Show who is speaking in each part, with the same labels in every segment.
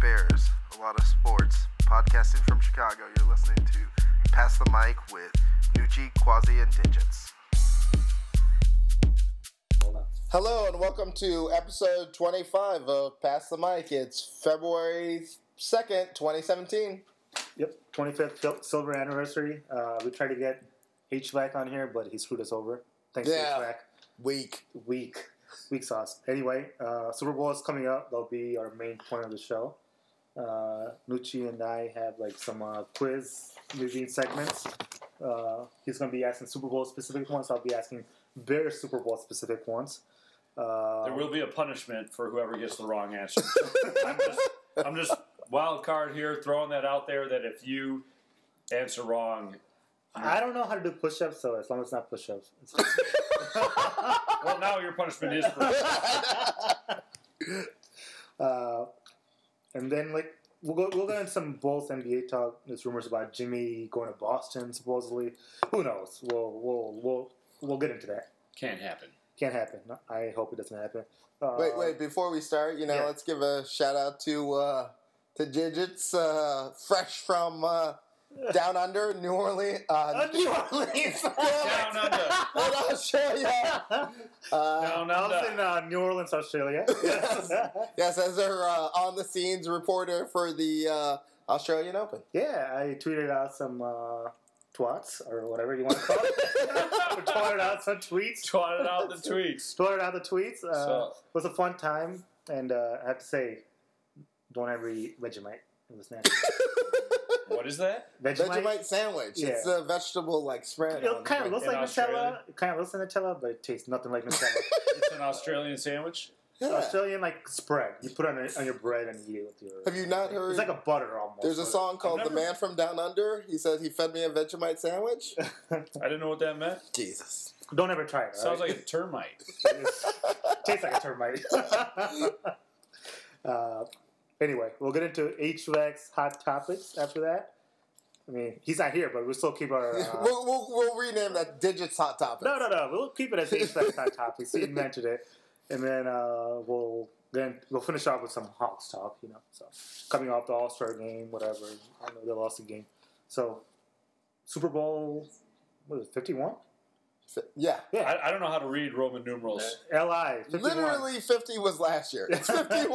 Speaker 1: Bears, a lot of sports. Podcasting from Chicago, you're listening to Pass the Mic with Nucci, Quasi, and Digits. Hello, and welcome to episode 25 of Pass the Mic. It's February 2nd, 2017.
Speaker 2: Yep, 25th sil- silver anniversary. Uh, we tried to get HVAC on here, but he screwed us over. Thanks
Speaker 1: Yeah.
Speaker 2: to
Speaker 1: Week.
Speaker 2: HVAC. Weak. Weak sauce. Anyway, uh, Super Bowl is coming up. That'll be our main point of the show. Uh, Nucci and I have like some uh, quiz musing segments. Uh, he's going to be asking Super Bowl specific ones. I'll be asking very Super Bowl specific ones. Uh,
Speaker 3: There will be a punishment for whoever gets the wrong answer. I'm, just, I'm just wild card here, throwing that out there that if you answer wrong,
Speaker 2: I don't know how to do push ups, so as long as it's not push ups.
Speaker 3: well, now your punishment is for.
Speaker 2: Uh, and then like we'll go we'll go into some Bulls NBA talk. There's rumors about Jimmy going to Boston supposedly. Who knows? We'll we'll we'll we'll get into that.
Speaker 3: Can't happen.
Speaker 2: Can't happen. I hope it doesn't happen. Uh,
Speaker 1: Wait, wait, before we start, you know,
Speaker 2: yeah.
Speaker 1: let's give a shout out to uh, to Digits, uh, fresh from uh, down under, New Orleans.
Speaker 2: Uh,
Speaker 1: Uh,
Speaker 2: New Orleans.
Speaker 3: Down under.
Speaker 1: What Australia. Uh,
Speaker 3: Down
Speaker 2: I was
Speaker 3: under.
Speaker 2: in uh, New Orleans, Australia.
Speaker 1: yes, as our uh, on the scenes reporter for the uh, Australian Open.
Speaker 2: yeah, I tweeted out some uh, twats or whatever you want to call it. I tweeted out some tweets.
Speaker 3: Trotted out the tweets.
Speaker 2: Sorted out the tweets. Uh,
Speaker 3: So-
Speaker 2: It was a fun time, and uh, I have to say, don't ever eat Vegemite. It was nasty.
Speaker 3: What is that?
Speaker 2: Vegemite.
Speaker 1: Vegemite sandwich. It's
Speaker 2: Yeah.
Speaker 1: a vegetable like spread. on
Speaker 2: It kind
Speaker 1: the-
Speaker 2: of looks
Speaker 3: In
Speaker 2: like Nutella.
Speaker 3: Australia.
Speaker 2: It kind of looks like Nutella, but it tastes nothing like Nutella.
Speaker 3: It's an Australian sandwich.
Speaker 1: Yeah.
Speaker 2: Australian like spread. You put it on, your- on your bread and you eat it with your.
Speaker 1: Have you not heard-
Speaker 2: It's like a butter almost.
Speaker 1: There's a song called
Speaker 3: never-
Speaker 1: "The Man from Down Under." He said he fed me a Vegemite sandwich.
Speaker 3: I didn't know what that meant.
Speaker 1: Jesus.
Speaker 2: Don't ever try it.
Speaker 3: Sounds
Speaker 2: alright?
Speaker 3: like a termite.
Speaker 2: tastes like a termite. uh, anyway, we'll get into HVAC's hot topics after that. I mean, he's not here, but we'll still keep our. Uh,
Speaker 1: we'll, we'll, we'll rename that Digits Hot Topic.
Speaker 2: No, no, no. We'll keep it as an inside topic. So you mentioned it, and then uh, we'll then we'll finish off with some Hawks talk. You know, so coming off the All Star game, whatever. I know they lost the game, so Super Bowl what is it, fifty one?
Speaker 1: Yeah.
Speaker 3: I, I don't know how to read Roman numerals.
Speaker 2: Li fifty one.
Speaker 1: Literally 50 was last year. It's 51.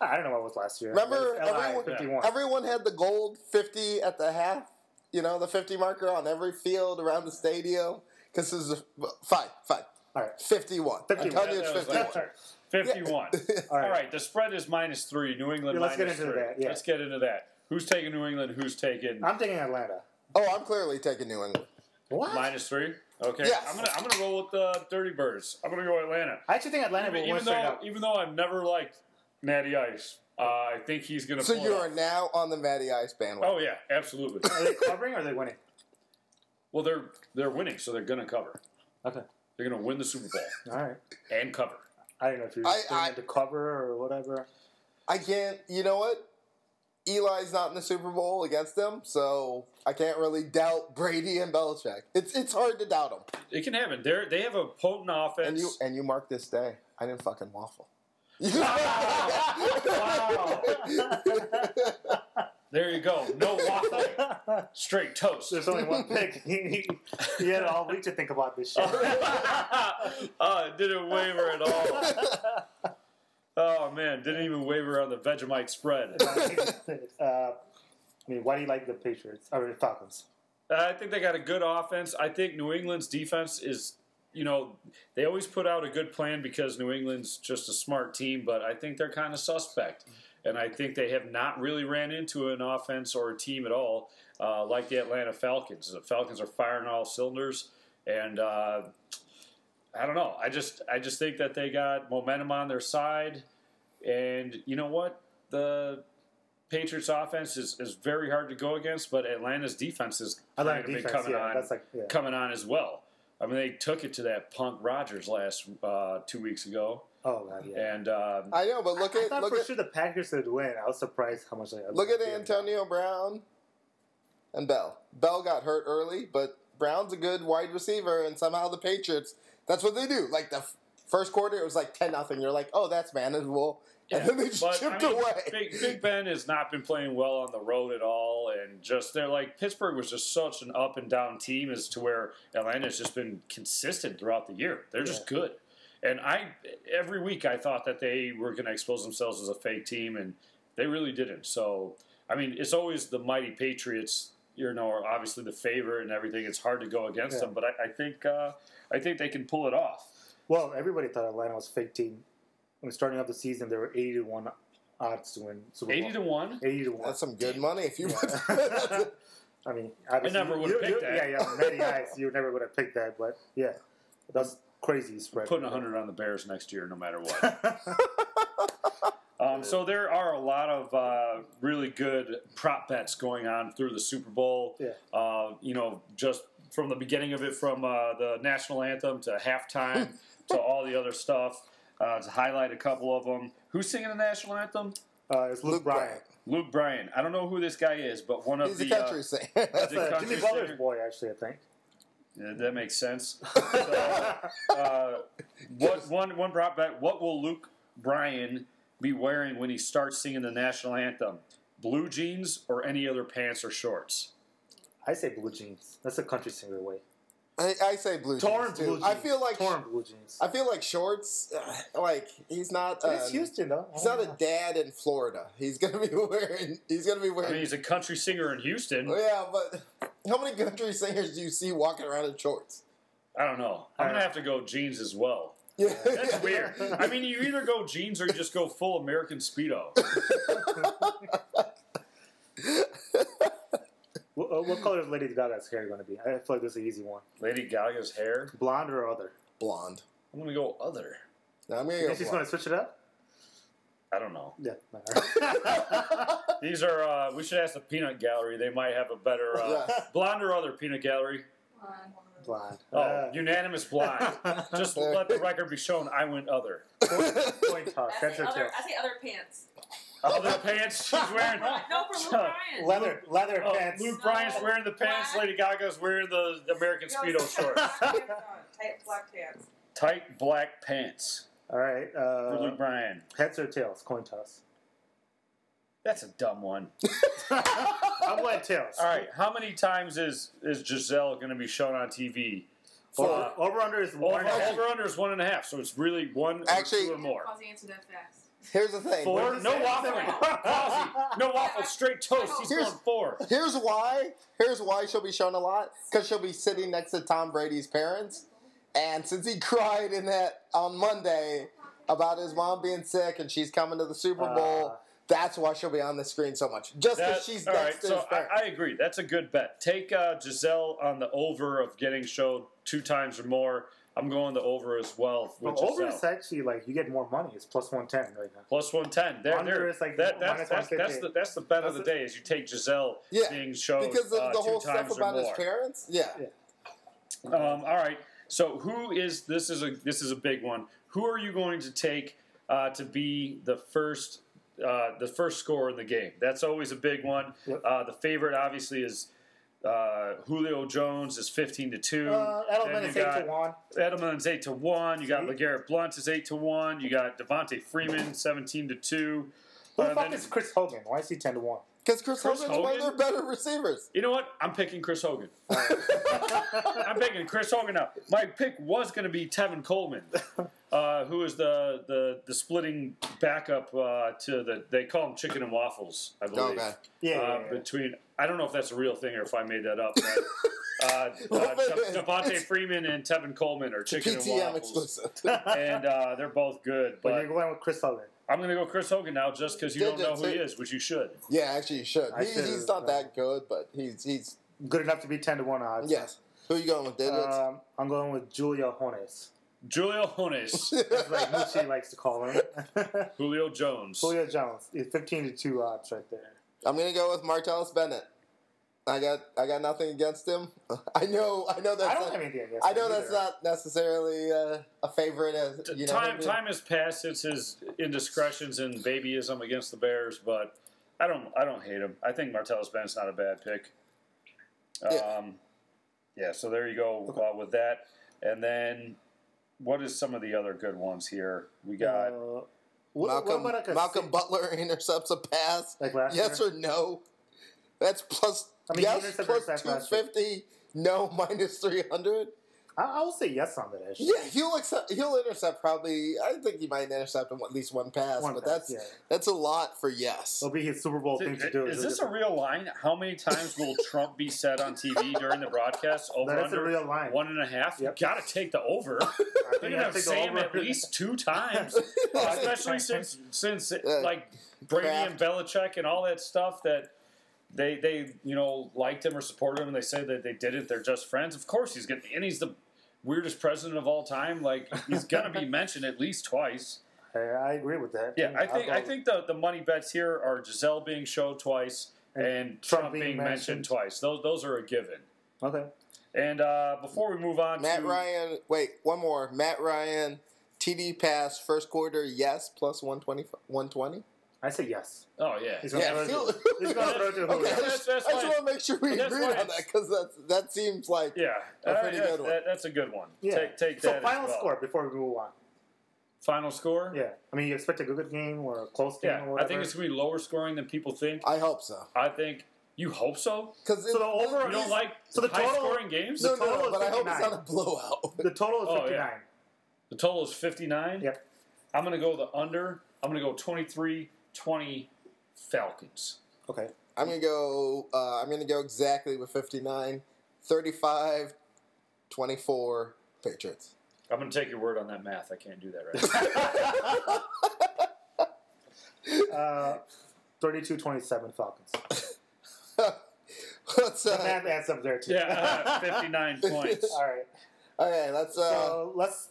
Speaker 2: I don't know what was last year.
Speaker 1: Remember,
Speaker 2: Li
Speaker 1: everyone-
Speaker 2: fifty one?
Speaker 1: Everyone had the gold 50 at the half, you know, the 50 marker on every field around the stadium. Because this is a, fine, fine.
Speaker 2: All right.
Speaker 1: 51. I'm
Speaker 2: 51.
Speaker 1: telling you
Speaker 3: Yeah,
Speaker 1: it's
Speaker 3: that was last
Speaker 1: 51.
Speaker 2: That's all right.
Speaker 3: 51.
Speaker 2: All
Speaker 3: All
Speaker 2: right.
Speaker 3: right, the spread is minus three. New England
Speaker 2: Yeah, let's get
Speaker 3: minus
Speaker 2: into
Speaker 3: three.
Speaker 2: that, yeah.
Speaker 3: Let's get into that. Who's taking New England? Who's taking
Speaker 2: I'm thinking Atlanta.
Speaker 1: Oh, I'm clearly taking New England.
Speaker 2: What?
Speaker 3: Minus three. Okay.
Speaker 1: Yes.
Speaker 3: I'm gonna I'm gonna roll with the Dirty Birds. I'm gonna go Atlanta.
Speaker 2: I actually think Atlanta
Speaker 3: Even,
Speaker 2: will win
Speaker 3: even
Speaker 2: straight
Speaker 3: though
Speaker 2: up.
Speaker 3: even though I've never liked Natty Ice, uh, I think he's gonna.
Speaker 1: So
Speaker 3: pull
Speaker 1: you
Speaker 3: it
Speaker 1: are
Speaker 3: off.
Speaker 1: now on the Matty Ice bandwagon.
Speaker 3: Oh yeah, absolutely.
Speaker 2: Are they covering or are they winning?
Speaker 3: well, they're they're winning, so they're gonna cover.
Speaker 2: Okay.
Speaker 3: They're gonna win the Super Bowl
Speaker 2: All right.
Speaker 3: and cover.
Speaker 2: I don't know if you're
Speaker 1: I-
Speaker 2: just doing
Speaker 1: I-
Speaker 2: it to cover or whatever.
Speaker 1: I can't, you know what? Eli's not in the Super Bowl against them, so I can't really doubt Brady and Belichick. It's it's hard to doubt them.
Speaker 3: It can happen. They are they have a potent offense.
Speaker 1: And you and you mark this day. I didn't fucking waffle.
Speaker 2: Wow.
Speaker 3: there you go. No waffle, straight toast.
Speaker 2: There's only one pick. he he had all week to think about this shit.
Speaker 3: uh, didn't waver at all. Oh man, didn't even waver on the Vegemite spread.
Speaker 2: uh, I mean, why do you like the Patriots or the Falcons?
Speaker 3: I think they got a good offense. I think New England's defense is, you know, they always put out a good plan because New England's just a smart team, but I think they're kind of suspect. And I think they have not really ran into an offense or a team at all uh, like the Atlanta Falcons. The Falcons are firing all cylinders, and uh, I don't know. I just I just think that they got momentum on their side, and you know what the Patriots offense is, is very hard to go against, but Atlanta's defense is
Speaker 2: Atlanta
Speaker 3: kind of been
Speaker 2: defense,
Speaker 3: coming
Speaker 2: yeah,
Speaker 3: on
Speaker 2: that's like yeah.
Speaker 3: coming on as well. I mean, they took it to that punk Rogers last uh, two weeks ago,
Speaker 2: Oh god, yeah.
Speaker 3: and um,
Speaker 1: I know, but look
Speaker 2: I
Speaker 1: at
Speaker 2: thought
Speaker 1: look
Speaker 2: for
Speaker 1: at
Speaker 2: sure the Packers would win. I was surprised how much they.
Speaker 1: look at Antonio Brown and Bell. Bell got hurt early, but Brown's a good wide receiver, and somehow the Patriots. That's what they do. Like the f- first quarter, it was like ten nothing. You're like, oh, that's manageable. and then they just
Speaker 3: But, I
Speaker 1: chipped
Speaker 3: mean,
Speaker 1: away.
Speaker 3: Big, Big Ben has not been playing well on the road at all, and just they're like Pittsburgh was just such an up and down team as to where Atlanta's just been consistent throughout the year. They're just good, and I every week I thought that they were going to expose themselves as a fake team, and they really didn't. So I mean, it's always the mighty Patriots. You know, are obviously the favorite and everything. It's hard to go against
Speaker 2: Yeah.
Speaker 3: them, but I, I think uh, I think they can pull it off.
Speaker 2: Well, everybody thought Atlanta was a fake team. When starting off the season, there were 80 to 1 odds to win Super Bowl.
Speaker 3: Eighty to one.
Speaker 2: 80 to 1.
Speaker 1: That's some good money if you
Speaker 2: Yeah.
Speaker 1: would.
Speaker 2: I mean, obviously,
Speaker 3: never
Speaker 2: you-
Speaker 3: would've
Speaker 2: you-
Speaker 3: picked
Speaker 2: you-
Speaker 3: that.
Speaker 2: Yeah, yeah, many eyes, you never would have picked that, but yeah, that's crazy spread.
Speaker 3: putting 100 on the Bears next year, no matter what. Um, so there are a lot of uh, really good prop bets going on through the Super Bowl.
Speaker 2: Yeah.
Speaker 3: Uh, you know, just from the beginning of it, from uh, the national anthem to halftime to all the other stuff. Uh, to highlight a couple of them, who's singing the national anthem?
Speaker 2: Uh, it's Luke,
Speaker 1: Luke
Speaker 2: Bryan.
Speaker 1: Bryant.
Speaker 3: Luke Bryan. I don't know who this guy is, but one of
Speaker 1: He's
Speaker 3: the
Speaker 2: uh,
Speaker 3: uh,
Speaker 1: a country singer.
Speaker 3: the
Speaker 2: That's uh,
Speaker 3: country
Speaker 2: Jimmy Butler's
Speaker 3: singer.
Speaker 2: boy, actually, I think.
Speaker 3: uh, that makes sense. So, uh, what one one prop bet? What will Luke Bryan be wearing when he starts singing the national anthem? Blue jeans or any other pants or shorts?
Speaker 2: I say blue jeans. That's a country singer way.
Speaker 1: I, I say blue
Speaker 2: Torn
Speaker 1: jeans. Too.
Speaker 2: blue jeans.
Speaker 1: I feel like
Speaker 2: torn blue jeans. Uh,
Speaker 1: I feel like shorts. uh, Like he's not. Um,
Speaker 2: it's Houston though.
Speaker 1: He's not a dad in Florida. He's gonna be wearing. He's gonna be
Speaker 3: I mean,
Speaker 1: wearing.
Speaker 3: he's a country singer in Houston.
Speaker 1: Yeah, but how many country singers do you see walking around in shorts?
Speaker 3: I don't know. I'm gonna have to go jeans as well.
Speaker 1: Yeah,
Speaker 3: That's weird. I mean, you either go jeans or you just go full American speedo.
Speaker 2: What, uh, what color is Lady Gaga's hair going to be? I feel like this is an easy one.
Speaker 3: Lady Gaga's hair.
Speaker 2: Blonde or other?
Speaker 1: Blonde.
Speaker 3: I'm gonna go other.
Speaker 1: No, I'm gonna
Speaker 2: You
Speaker 1: go.
Speaker 2: think she's going
Speaker 1: Blonde.
Speaker 2: to switch it up?
Speaker 3: I don't know.
Speaker 2: Yeah. no, all right.
Speaker 3: These are. Uh, we should ask the Peanut Gallery. They might have a better uh,
Speaker 1: Yeah.
Speaker 3: blonde or other Peanut Gallery.
Speaker 2: Blonde.
Speaker 3: Oh,
Speaker 2: Uh,
Speaker 3: unanimous blind. Just let the record be shown. I went other.
Speaker 2: point toss.
Speaker 4: I
Speaker 2: That's
Speaker 4: say
Speaker 2: her
Speaker 4: other,
Speaker 2: tail.
Speaker 4: I say other pants.
Speaker 3: Other pants she's wearing.
Speaker 4: No, for Luke
Speaker 3: Uh,
Speaker 4: Bryan.
Speaker 2: Leather, leather
Speaker 3: Oh,
Speaker 2: pants.
Speaker 3: Luke Bryan's wearing the pants.
Speaker 4: Black.
Speaker 3: Lady Gaga's wearing the American
Speaker 4: No,
Speaker 3: speedo
Speaker 4: it's tight
Speaker 3: shorts.
Speaker 4: black pants on, Tight black pants.
Speaker 3: Tight black pants
Speaker 2: All right.
Speaker 3: for
Speaker 2: Uh,
Speaker 3: Luke Bryan.
Speaker 2: heads or tails? Coin toss.
Speaker 3: That's a dumb one.
Speaker 2: I'm going tails.
Speaker 3: All right, how many times is is Giselle going to be shown on TV?
Speaker 2: Over,
Speaker 1: Four.
Speaker 2: over under is one.
Speaker 3: Over,
Speaker 2: and a half.
Speaker 3: over under is one and a half, so it's really one
Speaker 1: Actually-
Speaker 3: or two or more.
Speaker 4: Pause the answer that fast.
Speaker 1: Here's the thing.
Speaker 3: Four.
Speaker 2: What did
Speaker 3: No
Speaker 2: you say?
Speaker 3: waffling. Quasi. No waffle. Straight toast. He's
Speaker 1: Here's-
Speaker 3: going four.
Speaker 1: Here's why. Here's why she'll be shown a lot. Because she'll be sitting next to Tom Brady's parents, and since he cried in that on Monday about his mom being sick and she's coming to the Super
Speaker 2: Uh,
Speaker 1: Bowl, that's why she'll be on the screen so much. Just
Speaker 3: That-
Speaker 1: because she's
Speaker 3: all
Speaker 1: next
Speaker 3: right,
Speaker 1: to
Speaker 3: so
Speaker 1: his parents.
Speaker 3: I, I agree. That's a good bet. Take uh, Giselle on the over of getting showed two times or more. I'm going the over as well. With
Speaker 1: Oh,
Speaker 2: But over is
Speaker 3: Giselle.
Speaker 2: actually like you get more money. It's plus one ten right now.
Speaker 3: Plus 110. There,
Speaker 2: Under
Speaker 3: there.
Speaker 2: is like
Speaker 3: that, that's,
Speaker 2: minus
Speaker 3: that's, that's,
Speaker 2: 150.
Speaker 3: the, that's the bet of
Speaker 2: That's
Speaker 3: the
Speaker 2: it.
Speaker 3: day is you take Giselle
Speaker 1: Yeah,
Speaker 3: being shown
Speaker 1: because of
Speaker 3: uh,
Speaker 1: the
Speaker 3: two
Speaker 1: whole stuff
Speaker 3: times or
Speaker 1: about his
Speaker 3: more.
Speaker 1: parents. Yeah.
Speaker 3: Um, all right. So who is this is a this is a big one. Who are you going to take uh, to be the first uh, the first scorer in the game? That's always a big one.
Speaker 2: Yep.
Speaker 3: Uh, the favorite obviously is uh, Julio Jones is fifteen to two.
Speaker 2: Uh,
Speaker 3: Then
Speaker 2: Edelman
Speaker 3: you
Speaker 2: is eight
Speaker 3: got-
Speaker 2: to one.
Speaker 3: Edelman's eight to one. You got
Speaker 2: See?
Speaker 3: Legarrette Blunt is eight to one. You got Devontae Freeman seventeen to two.
Speaker 2: Who
Speaker 3: Uh,
Speaker 2: the fuck
Speaker 3: then-
Speaker 2: is Chris Hogan? Why is he ten to one?
Speaker 1: Because Chris,
Speaker 3: Chris
Speaker 1: Hogan's one of their
Speaker 3: Hogan?
Speaker 1: better receivers.
Speaker 3: You know what? I'm picking Chris Hogan.
Speaker 2: Uh,
Speaker 3: Uh, I'm picking Chris Hogan up. My pick was going to be Tevin Coleman, uh, who is the, the, the splitting backup uh, to the they call him chicken and waffles, I believe.
Speaker 1: Okay.
Speaker 2: Yeah, yeah,
Speaker 3: Uh,
Speaker 2: yeah.
Speaker 3: between I don't know if that's a real thing or if I made that up. But, uh, uh,
Speaker 1: It's-
Speaker 3: De- Devontae Freeman and Tevin Coleman are chicken and
Speaker 1: PTM
Speaker 3: waffles,
Speaker 1: exclusive.
Speaker 3: and uh, they're both good.
Speaker 2: but you're
Speaker 3: But
Speaker 2: going with Chris Hogan.
Speaker 3: I'm going to go Chris Hogan now, just because you
Speaker 1: Did
Speaker 3: don't know
Speaker 1: it
Speaker 3: who he
Speaker 1: too.
Speaker 3: is, which you should.
Speaker 1: yeah, actually, you should.
Speaker 2: I
Speaker 1: He,
Speaker 2: should
Speaker 1: he's
Speaker 2: have,
Speaker 1: not
Speaker 2: uh,
Speaker 1: that good, but he's he's
Speaker 2: Good enough to be ten to one odds.
Speaker 1: yes. Who you going with, Digits?
Speaker 3: Uh,
Speaker 2: Um, I'm going with Julio Jones.
Speaker 3: Julio Jones,
Speaker 2: That's like Mucci likes to call him.
Speaker 3: Julio Jones.
Speaker 2: Julio Jones. It's fifteen to two odds right there.
Speaker 1: I'm gonna go with Martellus Bennett. I got I got nothing against him. I know I know that's
Speaker 2: I don't
Speaker 1: not,
Speaker 2: have anything against.
Speaker 1: I know
Speaker 2: him
Speaker 1: that's
Speaker 2: either.
Speaker 1: not necessarily uh, a favorite. As you know,
Speaker 3: time
Speaker 1: maybe-
Speaker 3: time has passed since his indiscretions and babyism against the Bears, but I don't I don't hate him. I think Martellus Bennett's not a bad pick. Um, yeah. So there you go uh, with that, and then what is some of the other good ones here? We got
Speaker 2: Uh, What,
Speaker 1: Malcolm,
Speaker 2: what about like a
Speaker 1: Malcolm
Speaker 2: six-
Speaker 1: Butler intercepts a pass.
Speaker 2: Like last
Speaker 1: yes
Speaker 2: year?
Speaker 1: or no? That's plus
Speaker 2: I mean, he
Speaker 1: yes
Speaker 2: intercepted a
Speaker 1: plus
Speaker 2: sack
Speaker 1: two
Speaker 2: last year.
Speaker 1: fifty. No minus three hundred.
Speaker 2: I, I will say yes on that. Actually.
Speaker 1: Yeah, he'll accept, he'll intercept probably. I think he might intercept at least one pass,
Speaker 2: One
Speaker 1: but
Speaker 2: pass,
Speaker 1: that's
Speaker 2: yeah.
Speaker 1: that's a lot for yes.
Speaker 2: It'll be his Super Bowl thing to do.
Speaker 3: Is this a real line? How many times will Trump be said on TV during the broadcast? Over
Speaker 2: That is
Speaker 3: under
Speaker 2: a real line.
Speaker 3: one and a half.
Speaker 2: Yep.
Speaker 3: You got to take the over.
Speaker 2: I
Speaker 3: They're
Speaker 2: think
Speaker 3: gonna
Speaker 2: I
Speaker 3: have
Speaker 2: think the
Speaker 3: Sam
Speaker 2: over-
Speaker 3: at least two times, especially since since like Brady and Belichick and all that stuff that they they you know liked him or supported him and they say that they did it. They're just friends. Of course he's gonna and he's the weirdest president of all time. Like he's gonna be mentioned at least twice.
Speaker 2: I, I agree with that.
Speaker 3: Yeah, I think
Speaker 2: I'll
Speaker 3: I
Speaker 2: go-
Speaker 3: think the the money bets here are Giselle being showed twice
Speaker 2: And
Speaker 3: and,
Speaker 2: Trump
Speaker 3: Trump,
Speaker 2: being
Speaker 3: being,
Speaker 2: mentioned.
Speaker 3: mentioned twice. Those those are a given.
Speaker 2: Okay.
Speaker 3: And uh, before we move on
Speaker 1: Matt
Speaker 3: to
Speaker 1: Ryan. Wait, one more. Matt Ryan. TD pass first quarter. Yes, plus 120. 120.
Speaker 2: I say yes.
Speaker 3: oh yeah,
Speaker 2: He's gonna
Speaker 1: Yeah,
Speaker 2: throw
Speaker 1: feel-
Speaker 2: to, he's gonna throw to
Speaker 1: Okay,
Speaker 2: Julio.
Speaker 1: I
Speaker 3: That's-
Speaker 1: just,
Speaker 3: that's
Speaker 1: I just
Speaker 3: fine.
Speaker 1: want to make sure we
Speaker 3: That's
Speaker 1: agreed on
Speaker 3: fine.
Speaker 1: that because that that seems like
Speaker 3: yeah,
Speaker 1: A
Speaker 3: Uh,
Speaker 1: pretty
Speaker 3: yeah,
Speaker 1: good one.
Speaker 3: that- that's a good one.
Speaker 2: Yeah.
Speaker 3: Take take
Speaker 2: so
Speaker 3: that. as
Speaker 2: final
Speaker 3: well.
Speaker 2: score before we move on.
Speaker 3: Final score.
Speaker 2: Yeah, I mean, you expect a good game or a close game
Speaker 3: Yeah,
Speaker 2: or whatever.
Speaker 3: I think it's gonna be lower scoring than people think.
Speaker 1: I hope so.
Speaker 3: I think you hope so.
Speaker 1: Because
Speaker 2: So the over-
Speaker 3: You don't like
Speaker 2: So the
Speaker 3: high
Speaker 2: total-
Speaker 3: scoring games.
Speaker 1: No,
Speaker 2: the total
Speaker 1: no,
Speaker 2: is
Speaker 1: but I hope it's
Speaker 2: 59.
Speaker 1: not a blowout.
Speaker 2: the total is
Speaker 3: Oh, yeah.
Speaker 2: 59.
Speaker 3: The total is fifty nine.
Speaker 2: Yep.
Speaker 3: I'm gonna go the under. I'm gonna go 23-20 Falcons.
Speaker 2: Okay.
Speaker 1: I'm gonna go. Uh, I'm gonna go exactly with 59, 35, 24 Patriots.
Speaker 3: I'm gonna take your word on that math. I can't do that right.
Speaker 2: Uh, 32-27 Falcons.
Speaker 1: let's.
Speaker 2: The
Speaker 1: Uh,
Speaker 2: math adds up there too.
Speaker 3: yeah, fifty nine points.
Speaker 2: All right.
Speaker 1: okay, let's. Uh,
Speaker 2: So let's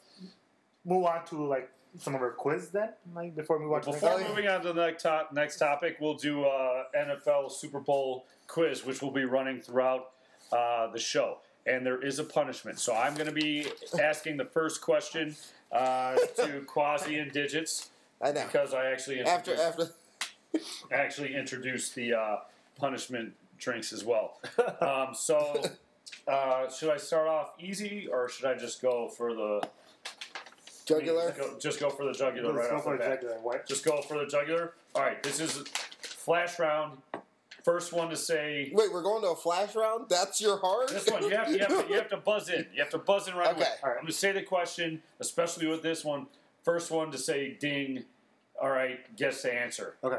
Speaker 2: move on to like some of our quiz then, like before we move on to the
Speaker 3: Before
Speaker 1: Oh, yeah.
Speaker 3: moving on to the next, top, next topic, we'll do uh, NFL Super Bowl quiz, which will be running throughout uh, the show. And there is a punishment. So I'm going to be asking the first question uh, to Quasi and Digits
Speaker 1: I know.
Speaker 3: because I actually
Speaker 1: After
Speaker 3: introduced,
Speaker 1: after
Speaker 3: actually introduced the uh, punishment drinks as well. Um, so uh, should I start off easy or should I just go for the
Speaker 1: jugular.
Speaker 3: Go, just go for the jugular
Speaker 2: Let's
Speaker 3: right
Speaker 2: go
Speaker 3: off the
Speaker 2: for a
Speaker 3: bat.
Speaker 2: jugular. What?
Speaker 3: Just go for the jugular. All right, this is flash round. First one to say
Speaker 1: Wait, we're going to a flash round. That's your heart.
Speaker 3: this one. You have to, you have to, you have to buzz in. You have to buzz in right away.
Speaker 1: Okay.
Speaker 2: All right.
Speaker 3: I'm going to say the question, especially with this one. First one to say ding. All right, guess the answer.
Speaker 2: Okay.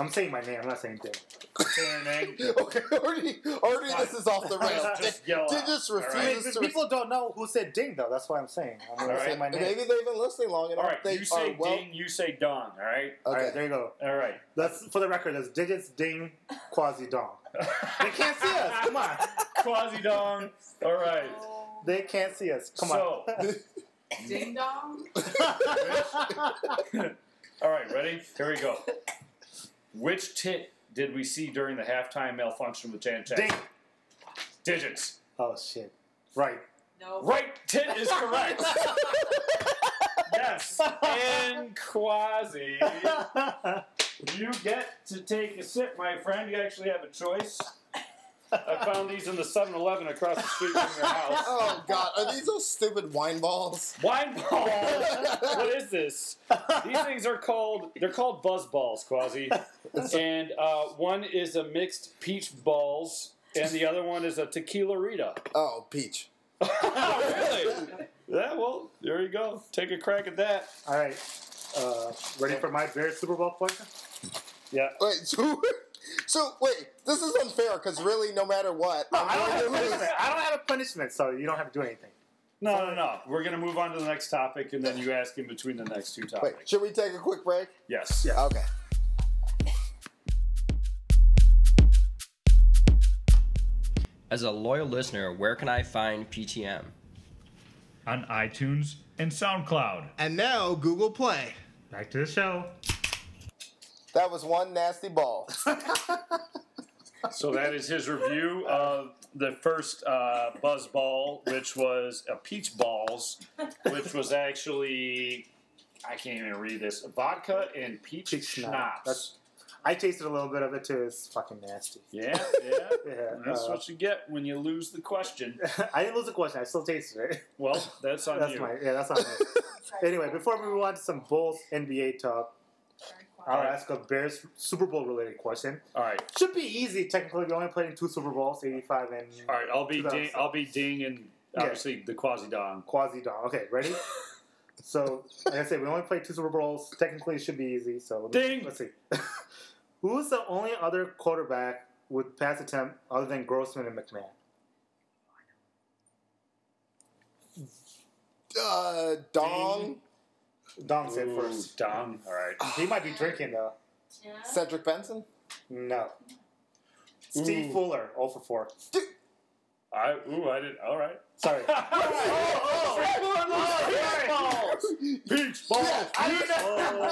Speaker 2: I'm saying my name. I'm not saying thing.
Speaker 3: Say your name.
Speaker 1: okay, already, already this is off the rails.
Speaker 3: Just yell out,
Speaker 1: Digits
Speaker 3: all right?
Speaker 2: I
Speaker 1: refuses
Speaker 2: mean,
Speaker 1: to.
Speaker 2: people don't know who said ding though. That's why I'm saying. I'm gonna
Speaker 3: All
Speaker 2: say
Speaker 3: right.
Speaker 2: my name.
Speaker 1: Maybe they've been listening long enough.
Speaker 3: All right,
Speaker 1: they
Speaker 3: you say
Speaker 2: uh,
Speaker 1: are well.
Speaker 3: ding. You say dong. All right.
Speaker 2: All
Speaker 1: Okay.
Speaker 2: right, there you go.
Speaker 3: All right.
Speaker 2: That's for the record. That's digits ding quasi dong. they can't see us. Come on.
Speaker 3: Quasi dong. All right.
Speaker 4: Oh,
Speaker 2: They can't see us. Come
Speaker 3: so,
Speaker 4: Ding dong.
Speaker 3: All right, ready? Here we go. Which tit did we see during the halftime malfunction with Janet
Speaker 2: on.
Speaker 3: Jackson?
Speaker 2: Ding.
Speaker 3: Digits.
Speaker 2: Oh shit. Right.
Speaker 4: No.
Speaker 3: Right tit is correct. yes. And Quasi, you get to take a sip, my friend. You actually have a choice. I found these in the 7-Eleven across the street from your house.
Speaker 1: Oh God, are these those stupid wine balls?
Speaker 3: Wine balls. what is this? These things are called they're called buzz balls, Quasi. And uh, one is a mixed peach balls, and the other one is a tequila rita.
Speaker 1: Oh, peach.
Speaker 3: Oh, really? Yeah. Well, there you go. Take a crack at that.
Speaker 2: All right. Uh, ready for my bear Super Bowl question?
Speaker 3: Yeah.
Speaker 1: Wait, so, so wait, this is unfair because really, no matter what,
Speaker 2: I don't have a
Speaker 1: I'm going to lose.
Speaker 2: punishment. I don't have a punishment, so you don't have to do anything.
Speaker 3: No, no, no. We're gonna move on to the next topic, and then you ask in between the next two
Speaker 1: Wait,
Speaker 3: topics.
Speaker 1: should we take a quick break?
Speaker 3: Yes.
Speaker 2: Yeah.
Speaker 1: Okay.
Speaker 5: As a loyal listener, where can I find PTM?
Speaker 3: On iTunes and SoundCloud.
Speaker 6: And now Google Play.
Speaker 2: Back to the show.
Speaker 1: That was one nasty ball.
Speaker 3: So that is his review of the first uh, buzz ball, which was a peach balls, which was actually I can't even read this vodka and peach,
Speaker 2: Peach schnapps.
Speaker 3: schnapps.
Speaker 2: That's- I tasted a little bit of it too. It's fucking nasty.
Speaker 3: yeah, yeah.
Speaker 2: Yeah,
Speaker 3: That's
Speaker 2: uh,
Speaker 3: what you get when you lose the question.
Speaker 2: I didn't lose the question. I still tasted it.
Speaker 3: Well, that's on
Speaker 2: That's
Speaker 3: you.
Speaker 2: my yeah. That's not me. anyway, before we move on to some Bulls NBA talk, I'll ask a Bears Super Bowl related question.
Speaker 3: All right,
Speaker 2: Should be easy. Technically, we only played in two Super Bowls, '85 and
Speaker 3: all right. I'll be ding.
Speaker 2: 2007.
Speaker 3: I'll be ding, and
Speaker 2: Yeah.
Speaker 3: obviously the quasi dong.
Speaker 2: Quasi Don. Okay, ready? so, like I said, we only played two Super Bowls. Technically, it should be easy. So,
Speaker 3: Ding!
Speaker 2: let's see. Who's the only other quarterback with pass attempt other than Grossman and McMahon?
Speaker 1: Uh, Dong,
Speaker 2: Dom said first.
Speaker 3: Dong. All right.
Speaker 2: He might be drinking though.
Speaker 1: Cedric Benson.
Speaker 2: No. Steve
Speaker 3: Ooh.
Speaker 2: Fuller, 0 for 4.
Speaker 3: I ooh. I did. All right. Oh,
Speaker 2: Sorry. Oh,
Speaker 3: Peach
Speaker 2: oh,
Speaker 3: ball.
Speaker 1: Yes, I did not-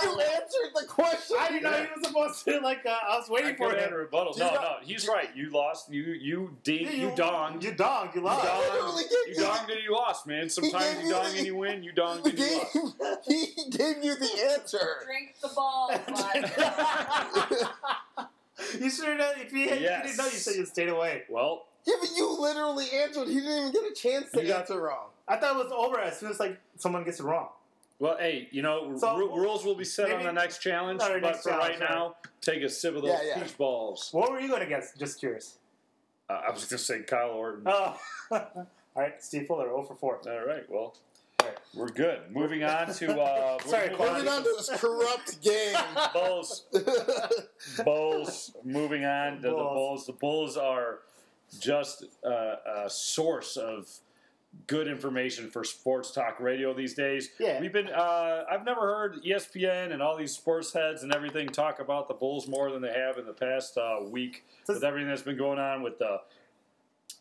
Speaker 1: you answered the question.
Speaker 2: I didn't know he was supposed to. Like uh, I was
Speaker 3: I
Speaker 2: waiting
Speaker 3: could
Speaker 2: for
Speaker 3: add
Speaker 2: him.
Speaker 3: a rebuttal.
Speaker 1: You
Speaker 3: No,
Speaker 1: got-
Speaker 3: no, he's right. You lost. You you ding.
Speaker 2: Yeah,
Speaker 3: You donged.
Speaker 2: You dong. You
Speaker 3: You
Speaker 2: lost.
Speaker 1: donged.
Speaker 3: dong.
Speaker 1: literally
Speaker 3: You
Speaker 1: gave you-
Speaker 3: donged and you lost, man. Sometimes
Speaker 1: gave
Speaker 3: you
Speaker 1: you
Speaker 3: dong
Speaker 1: the-
Speaker 3: and you win. You donged
Speaker 1: He
Speaker 3: and you lost.
Speaker 1: gave, he gave you the answer.
Speaker 4: Drink the ball.
Speaker 2: You should have. If you, if you
Speaker 3: Yes.
Speaker 2: didn't know, you should have stayed away.
Speaker 3: Well,
Speaker 1: Yeah, but you literally answered. He didn't even get a chance to
Speaker 2: You got-
Speaker 1: answer wrong.
Speaker 2: I thought it was over as soon as like someone gets it wrong.
Speaker 3: well, hey, you know,
Speaker 2: So-
Speaker 3: ru- rules will be set on
Speaker 2: Maybe-
Speaker 3: the next challenge.
Speaker 2: All right,
Speaker 3: But
Speaker 2: next
Speaker 3: for right
Speaker 2: challenge, all
Speaker 3: now, take a sip of those
Speaker 1: Yeah, yeah.
Speaker 3: peach balls.
Speaker 2: What were you going to guess? Just curious.
Speaker 3: Uh, I was going to say Kyle Orton.
Speaker 2: Oh. All right, Steve Fuller, 0 for 4.
Speaker 3: All right, well,
Speaker 2: All right.
Speaker 3: we're good. Moving on to uh, we're
Speaker 2: Sorry,
Speaker 3: moving
Speaker 1: Moving on to this corrupt game.
Speaker 3: Bulls. Bulls. Moving on to the
Speaker 2: Bulls.
Speaker 3: Bulls. The Bulls are just uh, a source of good information for sports talk radio these days.
Speaker 2: Yeah.
Speaker 3: We've been. Uh, I've never heard ESPN and all these sports heads and everything talk about the Bulls more than they have in the past uh, week with everything that's been going on with the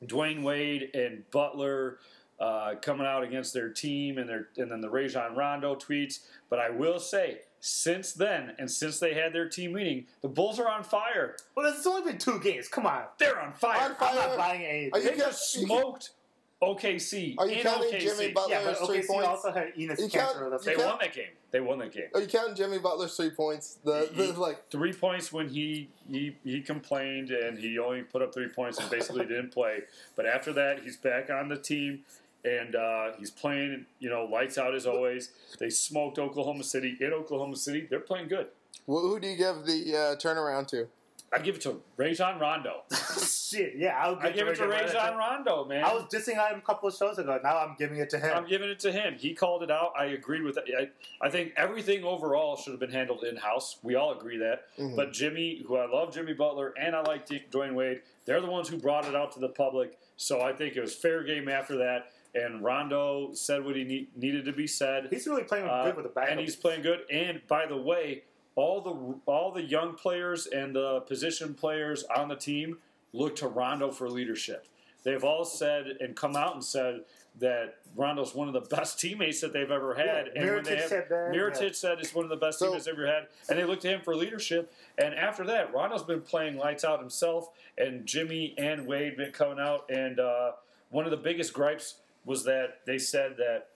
Speaker 3: Dwayne Wade and Butler uh, coming out against their team and their and then the Rajon Rondo tweets. But I will say, since then and since they had their team meeting, the Bulls are on fire.
Speaker 2: Well, it's only been two games. Come on.
Speaker 3: They're on fire.
Speaker 1: On
Speaker 2: I'm
Speaker 1: Fire.
Speaker 2: not buying
Speaker 1: Are
Speaker 2: anything.
Speaker 1: you
Speaker 3: They just
Speaker 1: count-
Speaker 3: smoked OKC.
Speaker 1: Are you
Speaker 3: in
Speaker 1: counting
Speaker 3: OKC.
Speaker 1: Jimmy Butler?
Speaker 2: yeah, but
Speaker 1: Butler's
Speaker 2: OKC
Speaker 1: three points?
Speaker 2: also had Enos
Speaker 1: You can't-
Speaker 2: Cantor. That's
Speaker 3: They
Speaker 1: you can't-
Speaker 3: won that game. They won that game.
Speaker 1: Are you counting Jimmy Butler's three points? The, the like
Speaker 3: Three points when he, he he complained and he only put up three points and basically didn't play. But after that, he's back on the team and uh, he's playing. You know, lights out as always. They smoked Oklahoma City in Oklahoma City. They're playing good.
Speaker 1: Well, who do you give the uh, turnaround to?
Speaker 3: I give it to Rajon Rondo.
Speaker 2: oh, shit. Yeah, I would
Speaker 3: I give it to Rajon Rondo, man.
Speaker 2: I was dissing on him a couple of shows ago. Now I'm giving it to him.
Speaker 3: I'm giving it to him. He called it out. I agreed with that. I, I think everything overall should have been handled in house. We all agree that.
Speaker 1: Mhm.
Speaker 3: But Jimmy, who I love Jimmy Butler and I like D- Dwayne Wade, they're the ones who brought it out to the public. So I think it was fair game after that. And Rondo said what he nee- needed to be said.
Speaker 2: he's really playing
Speaker 3: Uh,
Speaker 2: good with the back.
Speaker 3: and he's playing good. And by the way, all the all the young players and the position players on the team look to Rondo for leadership. They've all said and come out and said that Rondo's one of the best teammates that they've ever had.
Speaker 2: Yeah,
Speaker 3: and when
Speaker 2: Mirotic
Speaker 3: they have,
Speaker 2: said that,
Speaker 3: Mirotic
Speaker 2: yeah.
Speaker 3: said it's one of the best
Speaker 1: So-
Speaker 3: teammates they've ever had, and they look to him for leadership. And after that, Rondo's been playing lights out himself, and Jimmy and Wade been coming out. And uh, one of the biggest gripes was that they said that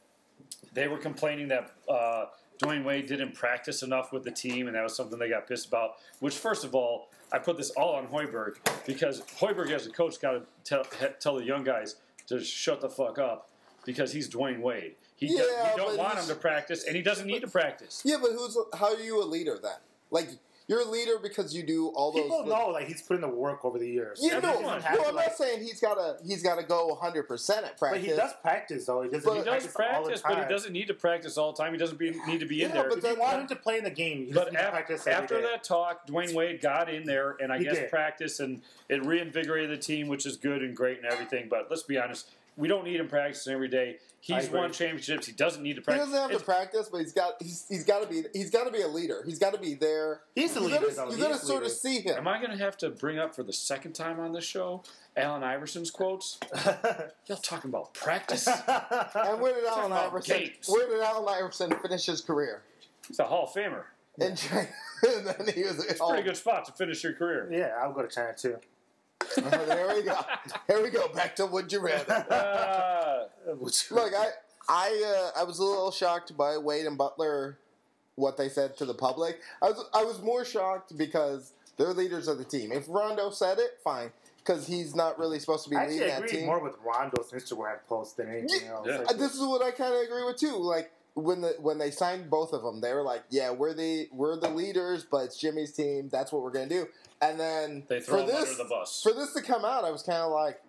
Speaker 3: they were complaining that uh, Dwayne Wade didn't practice enough with the team, and that was something they got pissed about. Which, first of all, I put this all on Hoiberg because Hoiberg, as a coach, got to tell, he- tell the young guys to shut the fuck up because he's Dwayne Wade. He do-
Speaker 1: Yeah,
Speaker 3: we don't
Speaker 1: but
Speaker 3: want him
Speaker 1: he's-
Speaker 3: to practice, and he doesn't need to practice.
Speaker 1: Yeah, but who's how are you a leader then? Like you're a leader because you do all those.
Speaker 2: People know like he's put in the work over the years.
Speaker 1: Yeah, no,
Speaker 3: Everyone
Speaker 1: no,
Speaker 2: has to,
Speaker 1: I'm
Speaker 2: like-
Speaker 1: not saying he's gotta he's gotta go 100 percent at
Speaker 2: But
Speaker 1: practice.
Speaker 2: he does practice though. He doesn't.
Speaker 1: But-
Speaker 3: He does practice,
Speaker 2: all the
Speaker 3: but he
Speaker 2: time.
Speaker 3: doesn't need to practice all the time. He doesn't be, need to be in
Speaker 1: Yeah,
Speaker 3: there.
Speaker 1: but
Speaker 2: If you
Speaker 1: that-
Speaker 2: want him to play in the game, he doesn't
Speaker 3: But
Speaker 2: need to
Speaker 3: af-
Speaker 2: practice every
Speaker 3: after
Speaker 2: day.
Speaker 3: that talk, Dwayne Wade got in there and I
Speaker 2: He
Speaker 3: guess
Speaker 2: did.
Speaker 3: practiced and it reinvigorated the team, which is good and great and everything. But let's be honest, we don't need him practicing every day.
Speaker 2: I
Speaker 3: He's
Speaker 2: agree.
Speaker 3: won championships. He doesn't need to
Speaker 1: He
Speaker 3: practice.
Speaker 1: doesn't have to
Speaker 3: It's-
Speaker 1: practice, but he's got he's, he's got to be he's got to be a leader. He's got to be there.
Speaker 2: He's the
Speaker 1: You
Speaker 2: leader,
Speaker 1: gotta,
Speaker 2: though.
Speaker 1: you
Speaker 2: He
Speaker 1: gotta
Speaker 2: is the
Speaker 1: sort of
Speaker 2: leader.
Speaker 1: see him.
Speaker 3: Am I going to have to bring up for the second time on this show Allen Iverson's quotes? Y'all talking about practice?
Speaker 1: and where did Allen
Speaker 3: about
Speaker 1: Iverson?
Speaker 3: games.
Speaker 1: Where did Allen Iverson finish his career?
Speaker 3: He's a Hall of Famer.
Speaker 1: In China, and then he was
Speaker 3: It's a
Speaker 2: Oh.
Speaker 3: pretty good spot to finish your career.
Speaker 2: yeah, I'll go to China too.
Speaker 1: Oh, there we go. Here we go. Back to would you rather.
Speaker 3: Uh,
Speaker 1: Look, I I uh, I was a little shocked by Wade and Butler, what they said to the public. I was I was more shocked because they're leaders of the team. If Rondo said it, fine, because he's not really supposed to be
Speaker 2: I actually
Speaker 1: leading that
Speaker 2: agree
Speaker 1: team.
Speaker 2: more with Rondo's Instagram post than anything
Speaker 1: Yeah.
Speaker 2: else.
Speaker 3: Yeah.
Speaker 1: Uh, This is what I kind of agree with too. Like when the when they signed both of them, they were like, "Yeah, we're the we're the leaders, but it's Jimmy's team. That's what we're gonna do." And then
Speaker 3: They throw
Speaker 1: for
Speaker 3: him
Speaker 1: this
Speaker 3: under the bus.
Speaker 1: for this to come out, I was kind of like,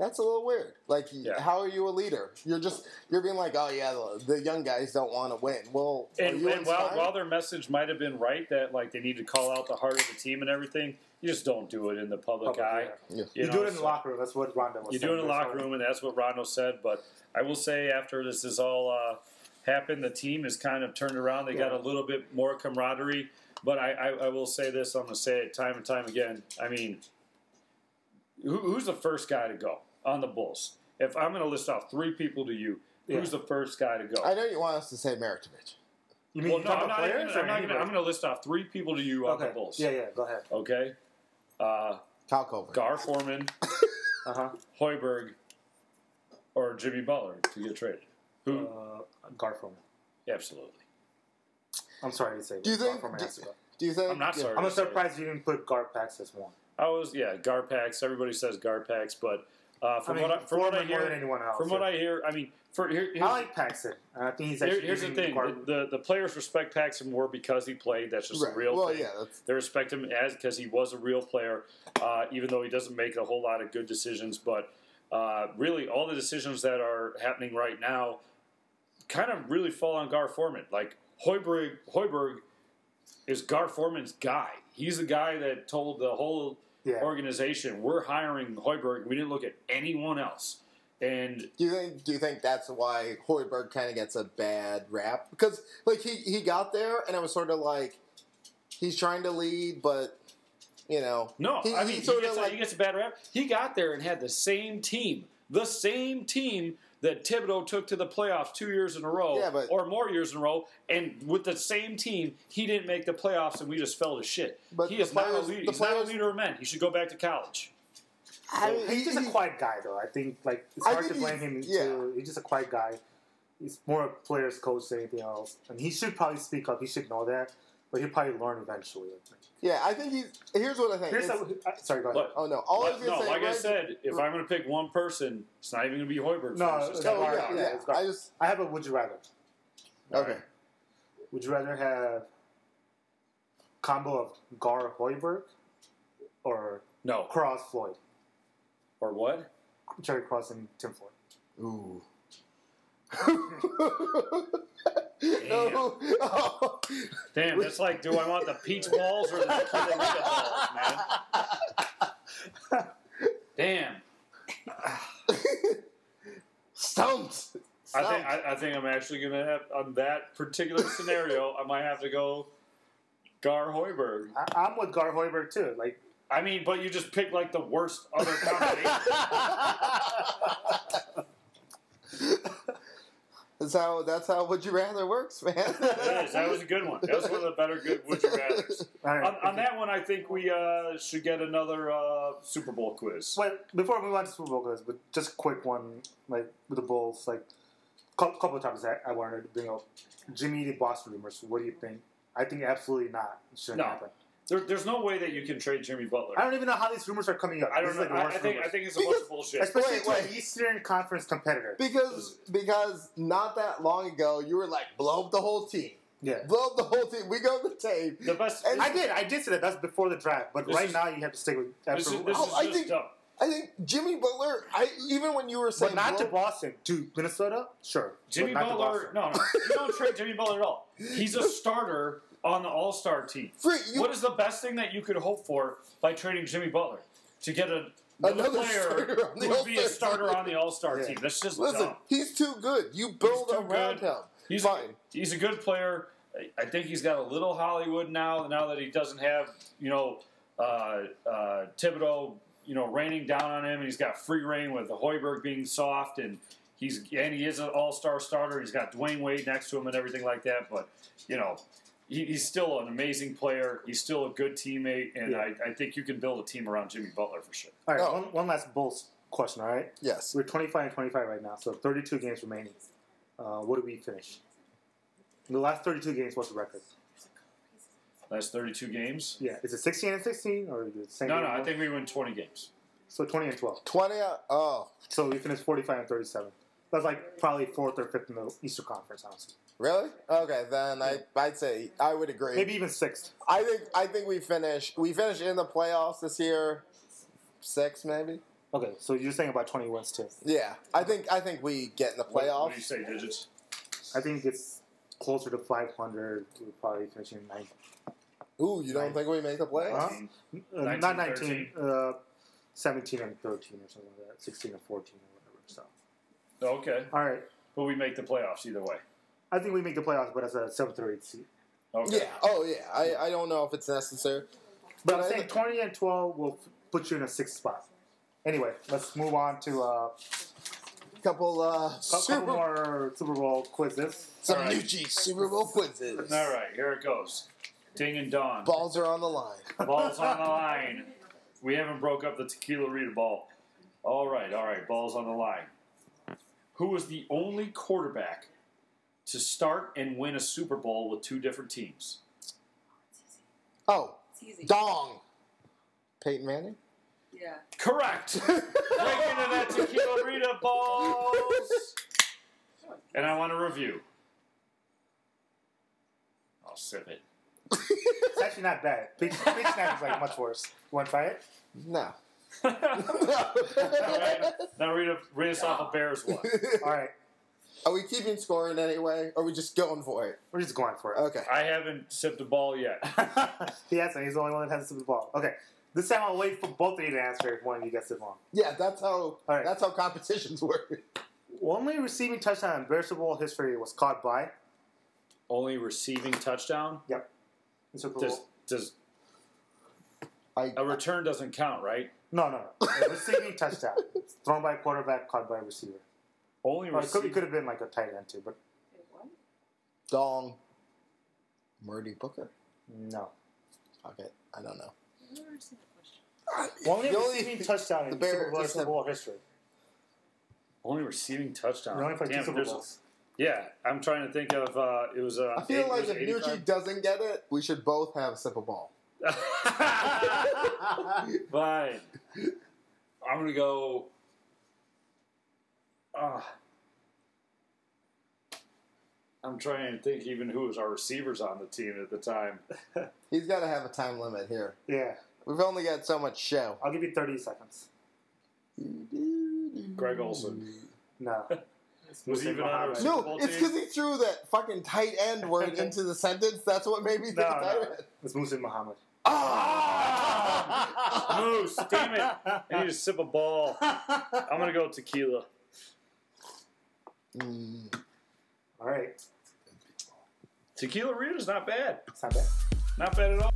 Speaker 1: "That's a little weird. Like,
Speaker 3: Yeah.
Speaker 1: how are you a leader? You're just you're being like, oh yeah, the, the young guys don't want to win. Well, are
Speaker 3: and
Speaker 1: you
Speaker 3: and while,
Speaker 1: inspired?
Speaker 3: while their message might have been right that like they need to call out the heart of the team and everything, you just don't do it in the public,
Speaker 2: Public
Speaker 3: eye.
Speaker 2: eye.
Speaker 1: Yeah.
Speaker 2: You,
Speaker 3: know,
Speaker 2: do it in the
Speaker 3: so-
Speaker 2: locker room. That's what Rondo was
Speaker 3: You
Speaker 2: saying.
Speaker 3: do it in the
Speaker 2: That's
Speaker 3: locker
Speaker 2: how-
Speaker 3: room, and that's what Rondo said. But I will say, after this is all uh, happened, the team has kind of turned around. They got
Speaker 2: Yeah.
Speaker 3: a little bit more camaraderie. But I, I, I will say this: I'm going to say it time and time again. I mean, who, who's the first guy to go on the Bulls? If I'm going to list off three people to you, who's the first guy to go?
Speaker 1: I know you want us to say Meritovich.
Speaker 2: You mean
Speaker 3: well,
Speaker 2: you
Speaker 3: no,
Speaker 2: talk
Speaker 3: I'm
Speaker 2: about
Speaker 3: not. Even,
Speaker 2: players or
Speaker 3: I'm, not gonna,
Speaker 2: anybody?
Speaker 3: I'm going to list off three people to you on the
Speaker 2: Okay.
Speaker 3: Bulls.
Speaker 2: Yeah, yeah. Go ahead.
Speaker 3: Okay. Uh,
Speaker 1: Kyle Culver.
Speaker 3: Gar Forman,
Speaker 2: Uh huh.
Speaker 3: Hoiberg, or Jimmy Butler to get traded. Who?
Speaker 2: Uh, Garfield.
Speaker 3: Absolutely.
Speaker 2: I'm sorry to say.
Speaker 1: Do you
Speaker 2: that.
Speaker 1: think-
Speaker 2: Garfield
Speaker 1: do-
Speaker 2: has to go.
Speaker 1: Do you think?
Speaker 3: I'm not
Speaker 1: yeah.
Speaker 3: sorry.
Speaker 2: I'm
Speaker 3: to say it.
Speaker 2: surprised you didn't put Garpax as one.
Speaker 3: I was yeah, Garpax. Everybody says Garpax, but uh,
Speaker 2: I
Speaker 3: from
Speaker 2: mean,
Speaker 3: what I, from what I
Speaker 2: Foreman more than
Speaker 3: hear,
Speaker 2: anyone else.
Speaker 3: from what I hear, I mean, for here, here's,
Speaker 2: I like Paxton. I think he's
Speaker 3: here-
Speaker 2: actually.
Speaker 3: here's the
Speaker 2: giving
Speaker 3: thing:
Speaker 2: Gar-
Speaker 3: the, the players respect Paxton more because he played. That's just
Speaker 1: Right.
Speaker 3: a real
Speaker 1: well,
Speaker 3: thing.
Speaker 1: yeah, that's
Speaker 3: They respect him as because he was a real player, uh, even though he doesn't make a whole lot of good decisions. But uh, really, all the decisions that are happening right now kind of really fall on Gar Forman. Like Hoiberg, Hoiberg is Gar Forman's guy. He's the guy that told the whole
Speaker 2: yeah.
Speaker 3: organization. We're hiring Hoiberg. We didn't look at anyone else. And
Speaker 1: Do you think? Do you think that's why Hoiberg kind of gets a bad rap? Because like he he got there, and it was sort of like he's trying to lead, but you know,
Speaker 3: no,
Speaker 1: He-
Speaker 3: I
Speaker 1: he
Speaker 3: mean, he,
Speaker 1: sorta
Speaker 3: gets, a-
Speaker 1: like-
Speaker 3: he gets a bad rap. He got there and had the same team, the same team that Thibodeau took to the playoffs two years in a row,
Speaker 1: Yeah, but-
Speaker 3: or more years in a row, and with the same team, he didn't make the playoffs, and we just fell to shit.
Speaker 1: But
Speaker 3: he
Speaker 1: the
Speaker 3: is not a
Speaker 1: players-
Speaker 3: leader.
Speaker 1: the
Speaker 3: He's not a
Speaker 1: players-
Speaker 3: leader of men. He should go back to college.
Speaker 1: I mean,
Speaker 2: he's just a quiet guy, though. I think like it's
Speaker 1: I
Speaker 2: hard to
Speaker 1: think
Speaker 2: blame him.
Speaker 1: he's- yeah.
Speaker 2: too. He's just a quiet guy. He's more a player's coach than anything else, and he should probably speak up. He should know that, but he'll probably learn eventually. I think.
Speaker 1: yeah. I think he's. Here's what I think.
Speaker 2: Here's
Speaker 1: It's-
Speaker 2: a- I- sorry, go ahead.
Speaker 3: But,
Speaker 1: oh no! All I
Speaker 3: but
Speaker 1: was
Speaker 3: no,
Speaker 1: gonna say,
Speaker 3: like I
Speaker 1: Reg-
Speaker 3: said, if I'm going to pick one person, it's not even going to be Hoiberg.
Speaker 2: No,
Speaker 3: It's just
Speaker 2: no,
Speaker 3: gonna
Speaker 1: oh,
Speaker 2: Gar-
Speaker 3: be
Speaker 1: yeah,
Speaker 3: Gar.
Speaker 1: yeah.
Speaker 2: it's Gar-
Speaker 1: I just
Speaker 2: I have a would you rather.
Speaker 1: okay.
Speaker 2: Would you rather have combo of Gar Hoiberg or
Speaker 3: No,
Speaker 2: Cross Floyd,
Speaker 3: or what?
Speaker 2: Jerry Cross and Tim Floyd?
Speaker 1: Ooh. no. Oh.
Speaker 3: Damn, that's like, do I want the peach balls or the tequila balls, man? Damn,
Speaker 1: Stumped.
Speaker 3: I think I, I think I'm actually gonna have on that particular scenario. I might have to go Gar Hoiberg.
Speaker 2: I, I'm with Gar Hoiberg too. Like
Speaker 3: I mean, but you just picked like the worst other combination.
Speaker 1: That's how. That's how. Would you rather works, man?
Speaker 3: That is- that was a good one. That was one of the better good would you rather's.
Speaker 2: all right,
Speaker 3: On, on
Speaker 2: okay.
Speaker 3: that one, I think we uh, should get another uh, Super Bowl quiz.
Speaker 2: Wait, before we move on to Super Bowl, guys, but just a quick one, like with the Bulls, like a couple of times I, I wanted to bring up Jimmy the Boss rumors. What do you think? I think absolutely not. It shouldn't
Speaker 3: No.
Speaker 2: happen.
Speaker 3: There, there's no way that you can trade Jimmy Butler.
Speaker 2: I don't even know how these rumors are coming up.
Speaker 3: I don't
Speaker 2: This
Speaker 3: know.
Speaker 2: is, like, the
Speaker 3: I,
Speaker 2: worst
Speaker 3: I think I
Speaker 2: rumors.
Speaker 3: think it's a bunch of bullshit.
Speaker 2: Especially
Speaker 1: Wait,
Speaker 2: to
Speaker 1: wait.
Speaker 2: an Eastern Conference competitor.
Speaker 1: because because not that long ago you were like blow up the whole team,
Speaker 2: Yeah.
Speaker 1: blow up the whole team. We go to the tape.
Speaker 3: The best.
Speaker 1: And-
Speaker 2: I did. I did say that. That's before the draft. But
Speaker 3: This
Speaker 2: right
Speaker 3: is-
Speaker 2: now, you have to stick with
Speaker 3: this is,
Speaker 2: absolutely.
Speaker 3: this
Speaker 1: Oh,
Speaker 3: is
Speaker 1: I
Speaker 3: just
Speaker 1: think-
Speaker 3: dumb.
Speaker 1: I think Jimmy Butler. I even when you were saying
Speaker 2: but not to
Speaker 1: blow-
Speaker 2: Boston. To Minnesota? Sure. but
Speaker 3: Jimmy
Speaker 2: not to
Speaker 3: Butler.
Speaker 2: Boston.
Speaker 3: No, no, you don't trade Jimmy Butler at all. He's a starter on the All Star team.
Speaker 1: Free, you,
Speaker 3: What is the best thing that you could hope for by trading Jimmy Butler to get a
Speaker 1: Another
Speaker 3: player
Speaker 1: starter on the
Speaker 3: who would be a
Speaker 1: All-Star
Speaker 3: starter
Speaker 1: team.
Speaker 3: on the All Star
Speaker 2: Yeah.
Speaker 3: team? That's just
Speaker 1: listen,
Speaker 3: dumb.
Speaker 1: he's too good. You build
Speaker 3: too
Speaker 1: around
Speaker 3: good.
Speaker 1: him.
Speaker 3: He's
Speaker 1: fine.
Speaker 3: He's a good player. I- I think he's got a little Hollywood now. Now that he doesn't have you know uh, uh, Thibodeau, you know raining down on him, and he's got free reign with Hoiberg being soft, and he's and he is an All Star starter. He's got Dwayne Wade next to him and everything like that. But you know. he- He's still an amazing player. He's still a good teammate, and
Speaker 2: Yeah.
Speaker 3: I, I think you can build a team around Jimmy Butler for sure.
Speaker 2: All right.
Speaker 1: No.
Speaker 2: One, one last Bulls question. All right.
Speaker 1: Yes.
Speaker 2: We're 25 and 25 right now, so 32 games remaining. Uh, what did we finish? In the last 32 games, what's the record?
Speaker 3: Last 32 games.
Speaker 2: Yeah, is it 16 and 16 or is it the same?
Speaker 3: No,
Speaker 2: game
Speaker 3: no, I
Speaker 2: more?
Speaker 3: think we win 20 games.
Speaker 2: so. 20 and 12.
Speaker 1: Twenty. Oh,
Speaker 2: So we finished 45 and 37. That's like probably fourth or fifth in the Eastern Conference, honestly.
Speaker 1: Really? Okay, then I I'd say I would agree.
Speaker 2: Maybe even sixth.
Speaker 1: I think I think we finish we finish in the playoffs this year, six maybe.
Speaker 2: Okay, so you're saying about 20 wins too.
Speaker 1: Yeah, I think I think we get in the
Speaker 3: What, what do you
Speaker 1: playoffs.
Speaker 3: say, digits?
Speaker 2: I think it's closer to 500. We're probably finishing nine,
Speaker 1: Ooh, you don't think we make the playoffs?
Speaker 2: Huh? uh, not 19,
Speaker 3: 19,
Speaker 2: uh, 17 and 13 or something like that, 16 and 14 or whatever. So,
Speaker 3: Okay,
Speaker 2: all right,
Speaker 3: but we make the playoffs either way.
Speaker 2: I think we make the playoffs, but as a seventh or eighth seed.
Speaker 3: Okay.
Speaker 1: Yeah. Oh yeah. I, I don't know if it's necessary.
Speaker 2: But
Speaker 1: But I
Speaker 2: I'm saying
Speaker 1: think-
Speaker 2: 20 and 12 will f- put you in a sixth spot. Anyway, let's move on to uh,
Speaker 1: Couple uh
Speaker 2: a
Speaker 1: Super,
Speaker 2: couple more Super Bowl quizzes.
Speaker 1: some
Speaker 3: All right.
Speaker 1: Nucci Super Bowl quizzes.
Speaker 3: All right, here it goes. Ding and dong.
Speaker 1: Balls are on the line.
Speaker 3: Ball's on the line. We haven't broke up the tequila Rita ball. All right, all right. Ball's on the line. Who was the only quarterback to start and win a Super Bowl with two different teams?
Speaker 1: Oh,
Speaker 4: It's easy.
Speaker 1: Dong. Peyton Manning.
Speaker 4: Yeah.
Speaker 3: Correct. Break into that tequila Rita balls. And I want to review. I'll sip it.
Speaker 2: It's actually not bad. Peach, peach snap is like much worse. You want to try it?
Speaker 1: No.
Speaker 3: All right, now read, a, read us off a Bears one.
Speaker 2: All right,
Speaker 1: Are we keeping score in any way? Or are we just going for it?
Speaker 2: we're just going for it.
Speaker 1: Okay.
Speaker 3: I haven't sipped a ball yet.
Speaker 2: yes, and he's the only one that has to the ball. Okay, this time I'll wait for both of you to answer if one of you gets it wrong.
Speaker 1: Yeah, that's how
Speaker 2: All right.
Speaker 1: that's how competitions work.
Speaker 2: Only receiving touchdown in Bears Super Bowl history was caught by.
Speaker 3: Only receiving touchdown.
Speaker 2: Yep. In Super Bowl.
Speaker 3: Does does
Speaker 1: I,
Speaker 2: Oh.
Speaker 3: a return doesn't count, right?
Speaker 2: No, no, no. A receiving touchdown. It's thrown by a quarterback, caught by a receiver.
Speaker 3: Only
Speaker 2: Or it could, it
Speaker 3: receiving.
Speaker 2: could have been like a tight end too, but
Speaker 4: Wait, what?
Speaker 1: Dong. Murdy Booker.
Speaker 2: no.
Speaker 1: Okay, I don't know.
Speaker 4: I don't understand the question.
Speaker 2: Only
Speaker 1: The only-
Speaker 2: receiving touchdown
Speaker 1: the
Speaker 2: in
Speaker 1: Bears
Speaker 2: Super Bowl,
Speaker 1: just
Speaker 2: Super
Speaker 1: have-
Speaker 2: Bowl history.
Speaker 3: Only receiving touchdown.
Speaker 2: They only played two
Speaker 3: Damn,
Speaker 2: Super
Speaker 3: there's a-
Speaker 2: Bowls.
Speaker 3: yeah, I'm trying to think of. Uh, it was. Uh,
Speaker 1: I feel
Speaker 3: eight-
Speaker 1: like
Speaker 3: was
Speaker 1: if
Speaker 3: it
Speaker 1: Nucci
Speaker 3: 85?
Speaker 1: doesn't get it, we should both have a sip of ball.
Speaker 3: Fine. I'm gonna go. Ah. I'm trying to think even who was our receivers on the team at the time.
Speaker 1: He's got to have a time limit here.
Speaker 2: Yeah,
Speaker 1: We've only got so much show.
Speaker 2: I'll give you 30 seconds.
Speaker 3: Greg Olson.
Speaker 2: No.
Speaker 3: Was he even on our-
Speaker 2: no.
Speaker 1: No, it's because he threw that fucking tight end word into the sentence. That's what made me think
Speaker 2: No,
Speaker 1: of tight
Speaker 2: no.
Speaker 1: end.
Speaker 2: It's Musin Muhammad.
Speaker 1: Ah!
Speaker 3: Moose, damn Oh, it! I need to sip a ball. I'm gonna go tequila.
Speaker 1: Mm,
Speaker 2: All right.
Speaker 3: Tequila Rita's not bad.
Speaker 2: It's not bad.
Speaker 3: Not bad at all.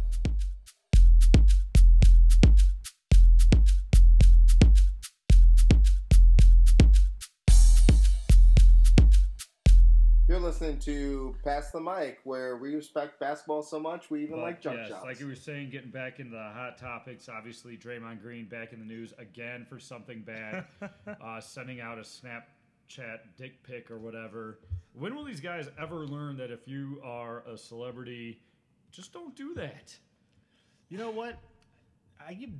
Speaker 1: You're listening to Pass the Mic, where we respect basketball so much we even
Speaker 6: But
Speaker 1: like jump
Speaker 6: yes,
Speaker 1: shots.
Speaker 6: Like you were saying, getting back into the hot topics. Obviously, Draymond Green back in the news again for something bad, uh, sending out a Snapchat dick pic or whatever. When will these guys ever learn that if you are a celebrity, just don't do that?
Speaker 7: You know what? I give,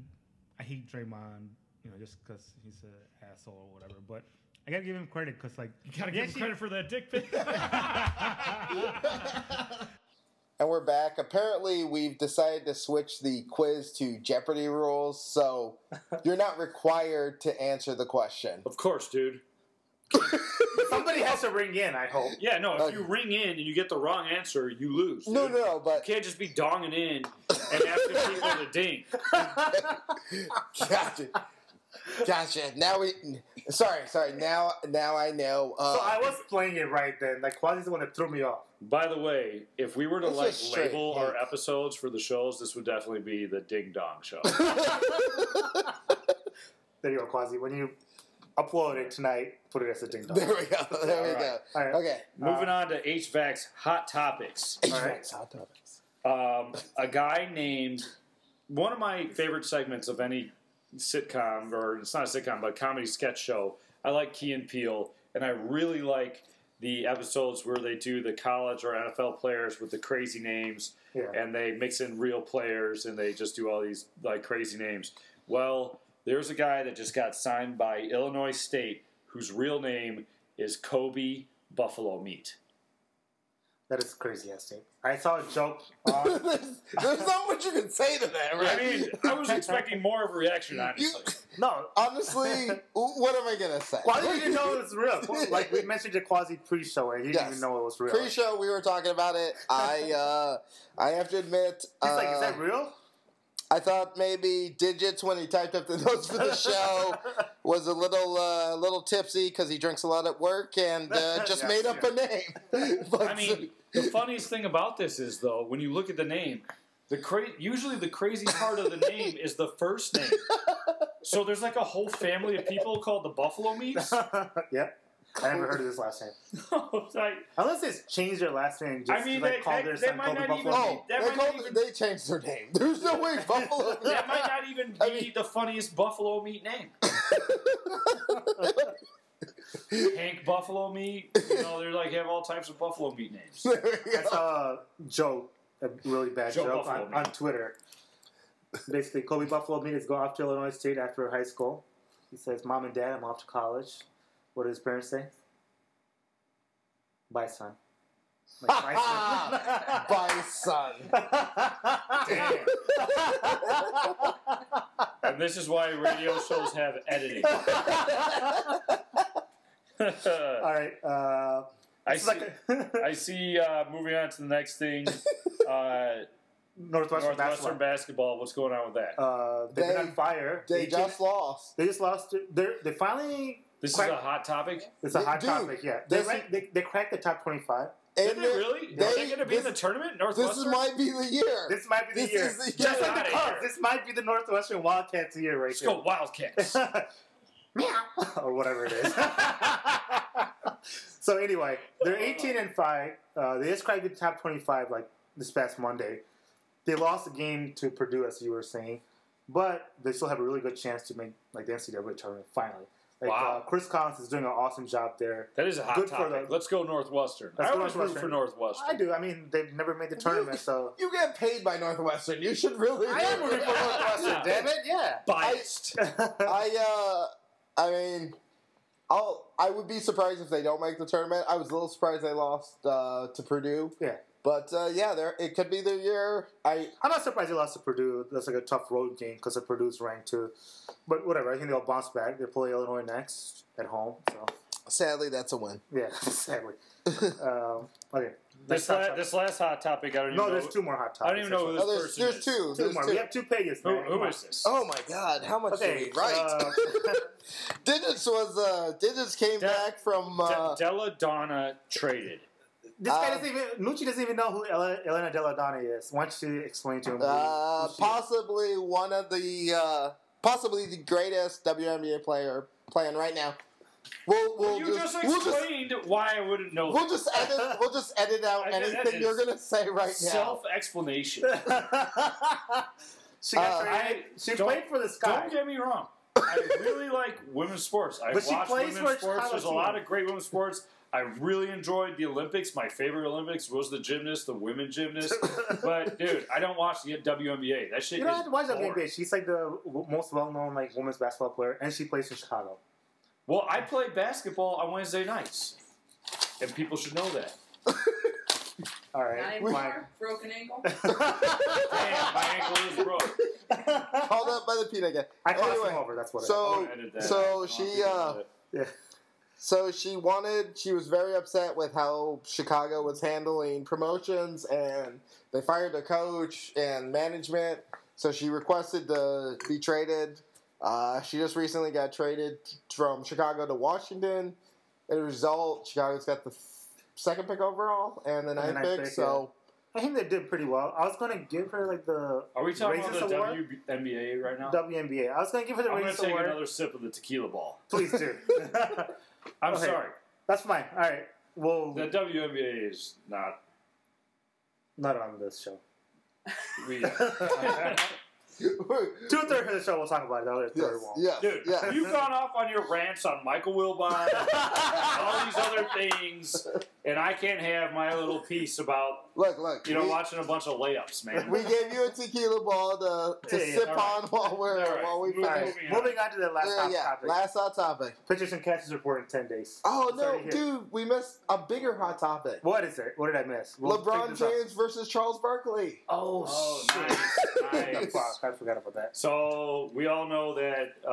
Speaker 7: I hate Draymond, you know, just because he's an asshole or whatever. But I gotta give him credit because, like,
Speaker 6: You gotta
Speaker 7: he
Speaker 6: give
Speaker 7: actually-
Speaker 6: him credit for that dick pic.
Speaker 1: And we're back. Apparently, we've decided to switch the quiz to Jeopardy rules, so you're not required to answer the question.
Speaker 3: Of course, dude.
Speaker 2: Somebody has to ring in, I hope.
Speaker 3: Yeah, no. If
Speaker 1: Okay.
Speaker 3: you ring in and you get the wrong answer, you lose.
Speaker 1: No,
Speaker 3: dude.
Speaker 1: no, no,
Speaker 3: You
Speaker 1: but
Speaker 3: can't just be donging in and asking people to ding.
Speaker 1: gotcha, gotcha. Now we, sorry, sorry. Now, now I know. Uh,
Speaker 2: So I was playing it right then. Like, Quasi's the one that threw me off.
Speaker 3: By the way, if we were to
Speaker 1: It's
Speaker 3: like
Speaker 1: just straight
Speaker 3: label our
Speaker 1: hate.
Speaker 3: episodes for the shows, this would definitely be the Ding Dong Show.
Speaker 2: There you go, Quasi. When you upload it tonight, put it as a ding dong.
Speaker 1: there we go. There we go.
Speaker 2: All right.
Speaker 1: Okay.
Speaker 3: Moving on to HVAC's hot topics.
Speaker 2: All right.
Speaker 1: Hot topics.
Speaker 3: Um, a guy named one of my favorite segments of any sitcom, or it's not a sitcom, but a comedy sketch show. I like Key and Peele, and I really like the episodes where they do the college or NFL players with the crazy names.
Speaker 2: Yeah.
Speaker 3: and they mix in real players and they just do all these like crazy names. Well, there's a guy that just got signed by Illinois State whose real name is Kobe Buffalo Meat.
Speaker 2: That is crazy ass take. I saw a joke. On,
Speaker 1: there's, there's not much you can say to that,
Speaker 3: I
Speaker 1: right?
Speaker 3: mean, I was expecting more of a reaction,
Speaker 1: you,
Speaker 3: honestly.
Speaker 2: no,
Speaker 1: honestly, what am I gonna say?
Speaker 2: why did you know it was real? Like we mentioned the quasi pre-show, and he didn't
Speaker 1: Yes.
Speaker 2: even know it was real.
Speaker 1: Pre-show, we were talking about it. I uh, I have to admit,
Speaker 2: He's
Speaker 1: uh,
Speaker 2: like, is that real?
Speaker 1: I thought maybe digits when he typed up the notes for the show was a little uh, little tipsy because he drinks a lot at work and uh, just
Speaker 2: Yes,
Speaker 1: made up
Speaker 2: yeah.
Speaker 1: a name. But- uh,
Speaker 3: I mean, the funniest thing about this is though, when you look at the name, the cra- usually the crazy part of the name is the first name. So there's like a whole family of people called the Buffalo Meats.
Speaker 2: yep. I never heard of this last name.
Speaker 3: It's like,
Speaker 2: Unless it's changed their last name. Just
Speaker 3: I mean,
Speaker 2: to, like,
Speaker 3: they-
Speaker 2: call
Speaker 3: they-
Speaker 2: their
Speaker 3: they
Speaker 2: son
Speaker 3: might
Speaker 2: Kobe
Speaker 3: not even
Speaker 2: Buffalo.
Speaker 1: oh,
Speaker 3: that
Speaker 1: they,
Speaker 3: might
Speaker 1: called,
Speaker 3: not even-
Speaker 1: they changed their name. There's no way Buffalo.
Speaker 3: that might not even be
Speaker 1: I mean-
Speaker 3: the funniest Buffalo meat name. Hank Buffalo Meat. You know, they're like have all types of Buffalo Meat names.
Speaker 1: There we
Speaker 2: I
Speaker 1: go.
Speaker 2: saw uh, Joe, a really bad
Speaker 3: Joe
Speaker 2: joke
Speaker 3: Buffalo
Speaker 2: on,
Speaker 3: Meat.
Speaker 2: on Twitter. Basically, Kobe Buffalo made his go off to Illinois State after high school. He says, "Mom and Dad, I'm off to college." What did his parents say? Bye, son. Like, bye, son.
Speaker 1: By son.
Speaker 2: Damn.
Speaker 3: And this is why radio shows have editing.
Speaker 2: All right. Uh,
Speaker 3: I
Speaker 2: it's
Speaker 3: see.
Speaker 2: like
Speaker 3: I see. Uh, moving on to the next thing, uh,
Speaker 2: Northwestern,
Speaker 3: Northwestern basketball. What's going on with that?
Speaker 2: Uh, they've
Speaker 1: They-
Speaker 2: been on fire.
Speaker 1: They
Speaker 2: can-
Speaker 1: just lost.
Speaker 2: They just lost. They're they finally.
Speaker 3: this
Speaker 2: quite-
Speaker 3: is a hot topic.
Speaker 2: It's a hot
Speaker 1: Dude,
Speaker 2: topic. Yeah, they,
Speaker 1: this-
Speaker 2: rank, they they cracked the top twenty five.
Speaker 3: Did
Speaker 1: And
Speaker 3: they
Speaker 1: they're-
Speaker 3: really? Are they
Speaker 1: they-
Speaker 3: going to be in the
Speaker 1: this-
Speaker 3: tournament?
Speaker 1: This
Speaker 3: Northwestern.
Speaker 1: might be the year.
Speaker 2: This might be the
Speaker 1: This
Speaker 2: year.
Speaker 1: is the year.
Speaker 2: Just like the
Speaker 3: Outta
Speaker 2: Cubs,
Speaker 3: here.
Speaker 2: this might be the Northwestern Wildcats year right
Speaker 3: Let's go Wildcats.
Speaker 2: here. Meow. or whatever it is. so anyway, they're eighteen and five. Uh, they just cracked the top twenty five like this past Monday. They lost a game to Purdue, as you were saying, but they still have a really good chance to make like the NCAA tournament finally. Like,
Speaker 3: Wow.
Speaker 2: uh, Chris Collins is doing an awesome job there.
Speaker 3: That is a hot
Speaker 2: Good for
Speaker 3: topic.
Speaker 2: them.
Speaker 3: Let's go Northwestern.
Speaker 2: Let's
Speaker 3: I
Speaker 2: go
Speaker 3: always root for
Speaker 2: Northwestern.
Speaker 3: Northwestern.
Speaker 2: I do. I mean, they've never made the tournament, so
Speaker 1: You get paid by Northwestern. You should really.
Speaker 2: I am rooting for Northwestern. damn it, yeah.
Speaker 3: Biased.
Speaker 1: I uh, I mean, I'll I would be surprised if they don't make the tournament. I was a little surprised they lost uh, to Purdue.
Speaker 2: Yeah.
Speaker 1: But uh, yeah, there it could be their year. I
Speaker 2: I'm not surprised they lost to Purdue. That's like a tough road game because of Purdue's ranked too. But whatever, I think they'll bounce back. They play Illinois next at home, so
Speaker 1: sadly that's a win.
Speaker 2: yeah, sadly. um, okay, next
Speaker 3: this, la-
Speaker 2: hot
Speaker 3: this last hot topic, I don't
Speaker 2: topic.
Speaker 3: even
Speaker 2: no,
Speaker 3: know.
Speaker 2: there's two more hot topics.
Speaker 3: I don't even know who
Speaker 2: actually.
Speaker 3: this
Speaker 1: Oh, there's
Speaker 3: person
Speaker 1: there's
Speaker 3: is.
Speaker 1: two.
Speaker 2: Two
Speaker 1: There's
Speaker 2: more.
Speaker 1: two.
Speaker 2: We have two pages.
Speaker 3: Who,
Speaker 2: man.
Speaker 3: who
Speaker 2: Come on.
Speaker 3: is this?
Speaker 1: Oh my God! How much did
Speaker 2: Okay,
Speaker 1: we write?
Speaker 2: uh,
Speaker 1: Digits was uh, Digits came
Speaker 3: De-
Speaker 1: back from uh,
Speaker 3: De- Della Donna traded.
Speaker 2: this guy
Speaker 1: Uh,
Speaker 2: doesn't even. Nucci doesn't even know who Ele- Elena Deladonna is. Why don't you explain to him? Who, who
Speaker 1: Uh,
Speaker 2: she is?
Speaker 1: possibly one of the uh, possibly the greatest WNBA player playing right now. We'll we'll
Speaker 3: you just,
Speaker 1: we'll just
Speaker 3: explained why I wouldn't know.
Speaker 1: we'll just edit we'll just edit out
Speaker 3: I mean, that
Speaker 1: anything you're
Speaker 3: is
Speaker 1: gonna say right now.
Speaker 3: Self explanation.
Speaker 2: she got
Speaker 1: uh,
Speaker 2: traded.
Speaker 3: I-
Speaker 2: She
Speaker 3: don't-
Speaker 2: played for the Sky.
Speaker 3: Don't get me wrong. I really like women's sports. I
Speaker 2: But she
Speaker 3: watch
Speaker 2: plays
Speaker 3: women's
Speaker 2: for a
Speaker 3: sports. There's a
Speaker 2: college
Speaker 3: lot
Speaker 2: team.
Speaker 3: of great women's sports. I really enjoyed the Olympics. My favorite Olympics was the gymnast, the women gymnast. but dude, I don't watch the WNBA. That shit
Speaker 2: You know,
Speaker 3: is
Speaker 2: I had to watch that
Speaker 3: boring.
Speaker 2: NBA. She's like the w- most well-known like women's basketball player, and she plays in Chicago.
Speaker 3: Well, I play basketball on Wednesday nights, and people should know that.
Speaker 2: All
Speaker 4: Nine
Speaker 2: right, Mike.
Speaker 4: more, broken ankle.
Speaker 3: Damn, my ankle is broke.
Speaker 1: Called up by the peanut again.
Speaker 2: I crossed
Speaker 1: Anyway,
Speaker 2: him over. That's what.
Speaker 1: so-
Speaker 3: I'm gonna edit that.
Speaker 1: so
Speaker 3: I don't
Speaker 1: she,
Speaker 3: think I
Speaker 1: uh,
Speaker 3: did
Speaker 2: I did.
Speaker 1: So she wanted she was very upset with how Chicago was handling promotions and they fired their coach and management. So she requested to be traded. Uh, she just recently got traded from Chicago to Washington. As a result, Chicago's got the second pick overall and the
Speaker 2: the
Speaker 1: ninth
Speaker 2: ninth
Speaker 1: pick.
Speaker 2: pick,
Speaker 1: so
Speaker 2: I think they did pretty well. I was gonna give her like the
Speaker 3: that. Are we talking
Speaker 2: Raises
Speaker 3: about the
Speaker 2: award?
Speaker 3: WNBA right now?
Speaker 2: WNBA. I was gonna give her the
Speaker 3: I'm gonna
Speaker 2: Raises
Speaker 3: take
Speaker 2: award.
Speaker 3: another sip of the tequila ball.
Speaker 2: Please do.
Speaker 3: I'm
Speaker 2: Okay.
Speaker 3: sorry.
Speaker 2: That's fine. All right. Well,
Speaker 3: The WNBA is not.
Speaker 2: not on this show.
Speaker 3: We,
Speaker 2: Two thirds of the show we'll talk about it. The other
Speaker 1: yes,
Speaker 2: third won't.
Speaker 1: yes,
Speaker 3: Dude,
Speaker 1: yes.
Speaker 3: you've gone off on your rants on Michael Wilbon, all these other things, and I can't have my little piece about
Speaker 1: Look, look.
Speaker 3: you know
Speaker 1: we,
Speaker 3: watching a bunch of layups, man.
Speaker 1: we gave you a tequila ball to, to
Speaker 2: Yeah, yeah,
Speaker 1: sip
Speaker 3: all
Speaker 1: on
Speaker 3: right.
Speaker 1: while
Speaker 3: All
Speaker 1: we're
Speaker 3: right,
Speaker 1: while we
Speaker 3: moving-
Speaker 1: fight.
Speaker 3: moving on.
Speaker 2: Moving on to the last
Speaker 1: Yeah,
Speaker 2: top
Speaker 1: yeah.
Speaker 2: topic.
Speaker 1: Last hot topic.
Speaker 2: Pitchers and catches report in ten days.
Speaker 1: Oh
Speaker 2: It's already
Speaker 1: no,
Speaker 2: here.
Speaker 1: dude, we missed a bigger hot topic.
Speaker 2: What is it? What did I miss? We'll pick
Speaker 1: LeBron
Speaker 2: this up.
Speaker 1: James versus Charles Barkley.
Speaker 2: Oh,
Speaker 3: Oh,
Speaker 2: shit.
Speaker 3: nice, nice.
Speaker 2: Fuck, I forgot about that.
Speaker 3: So we all know that uh,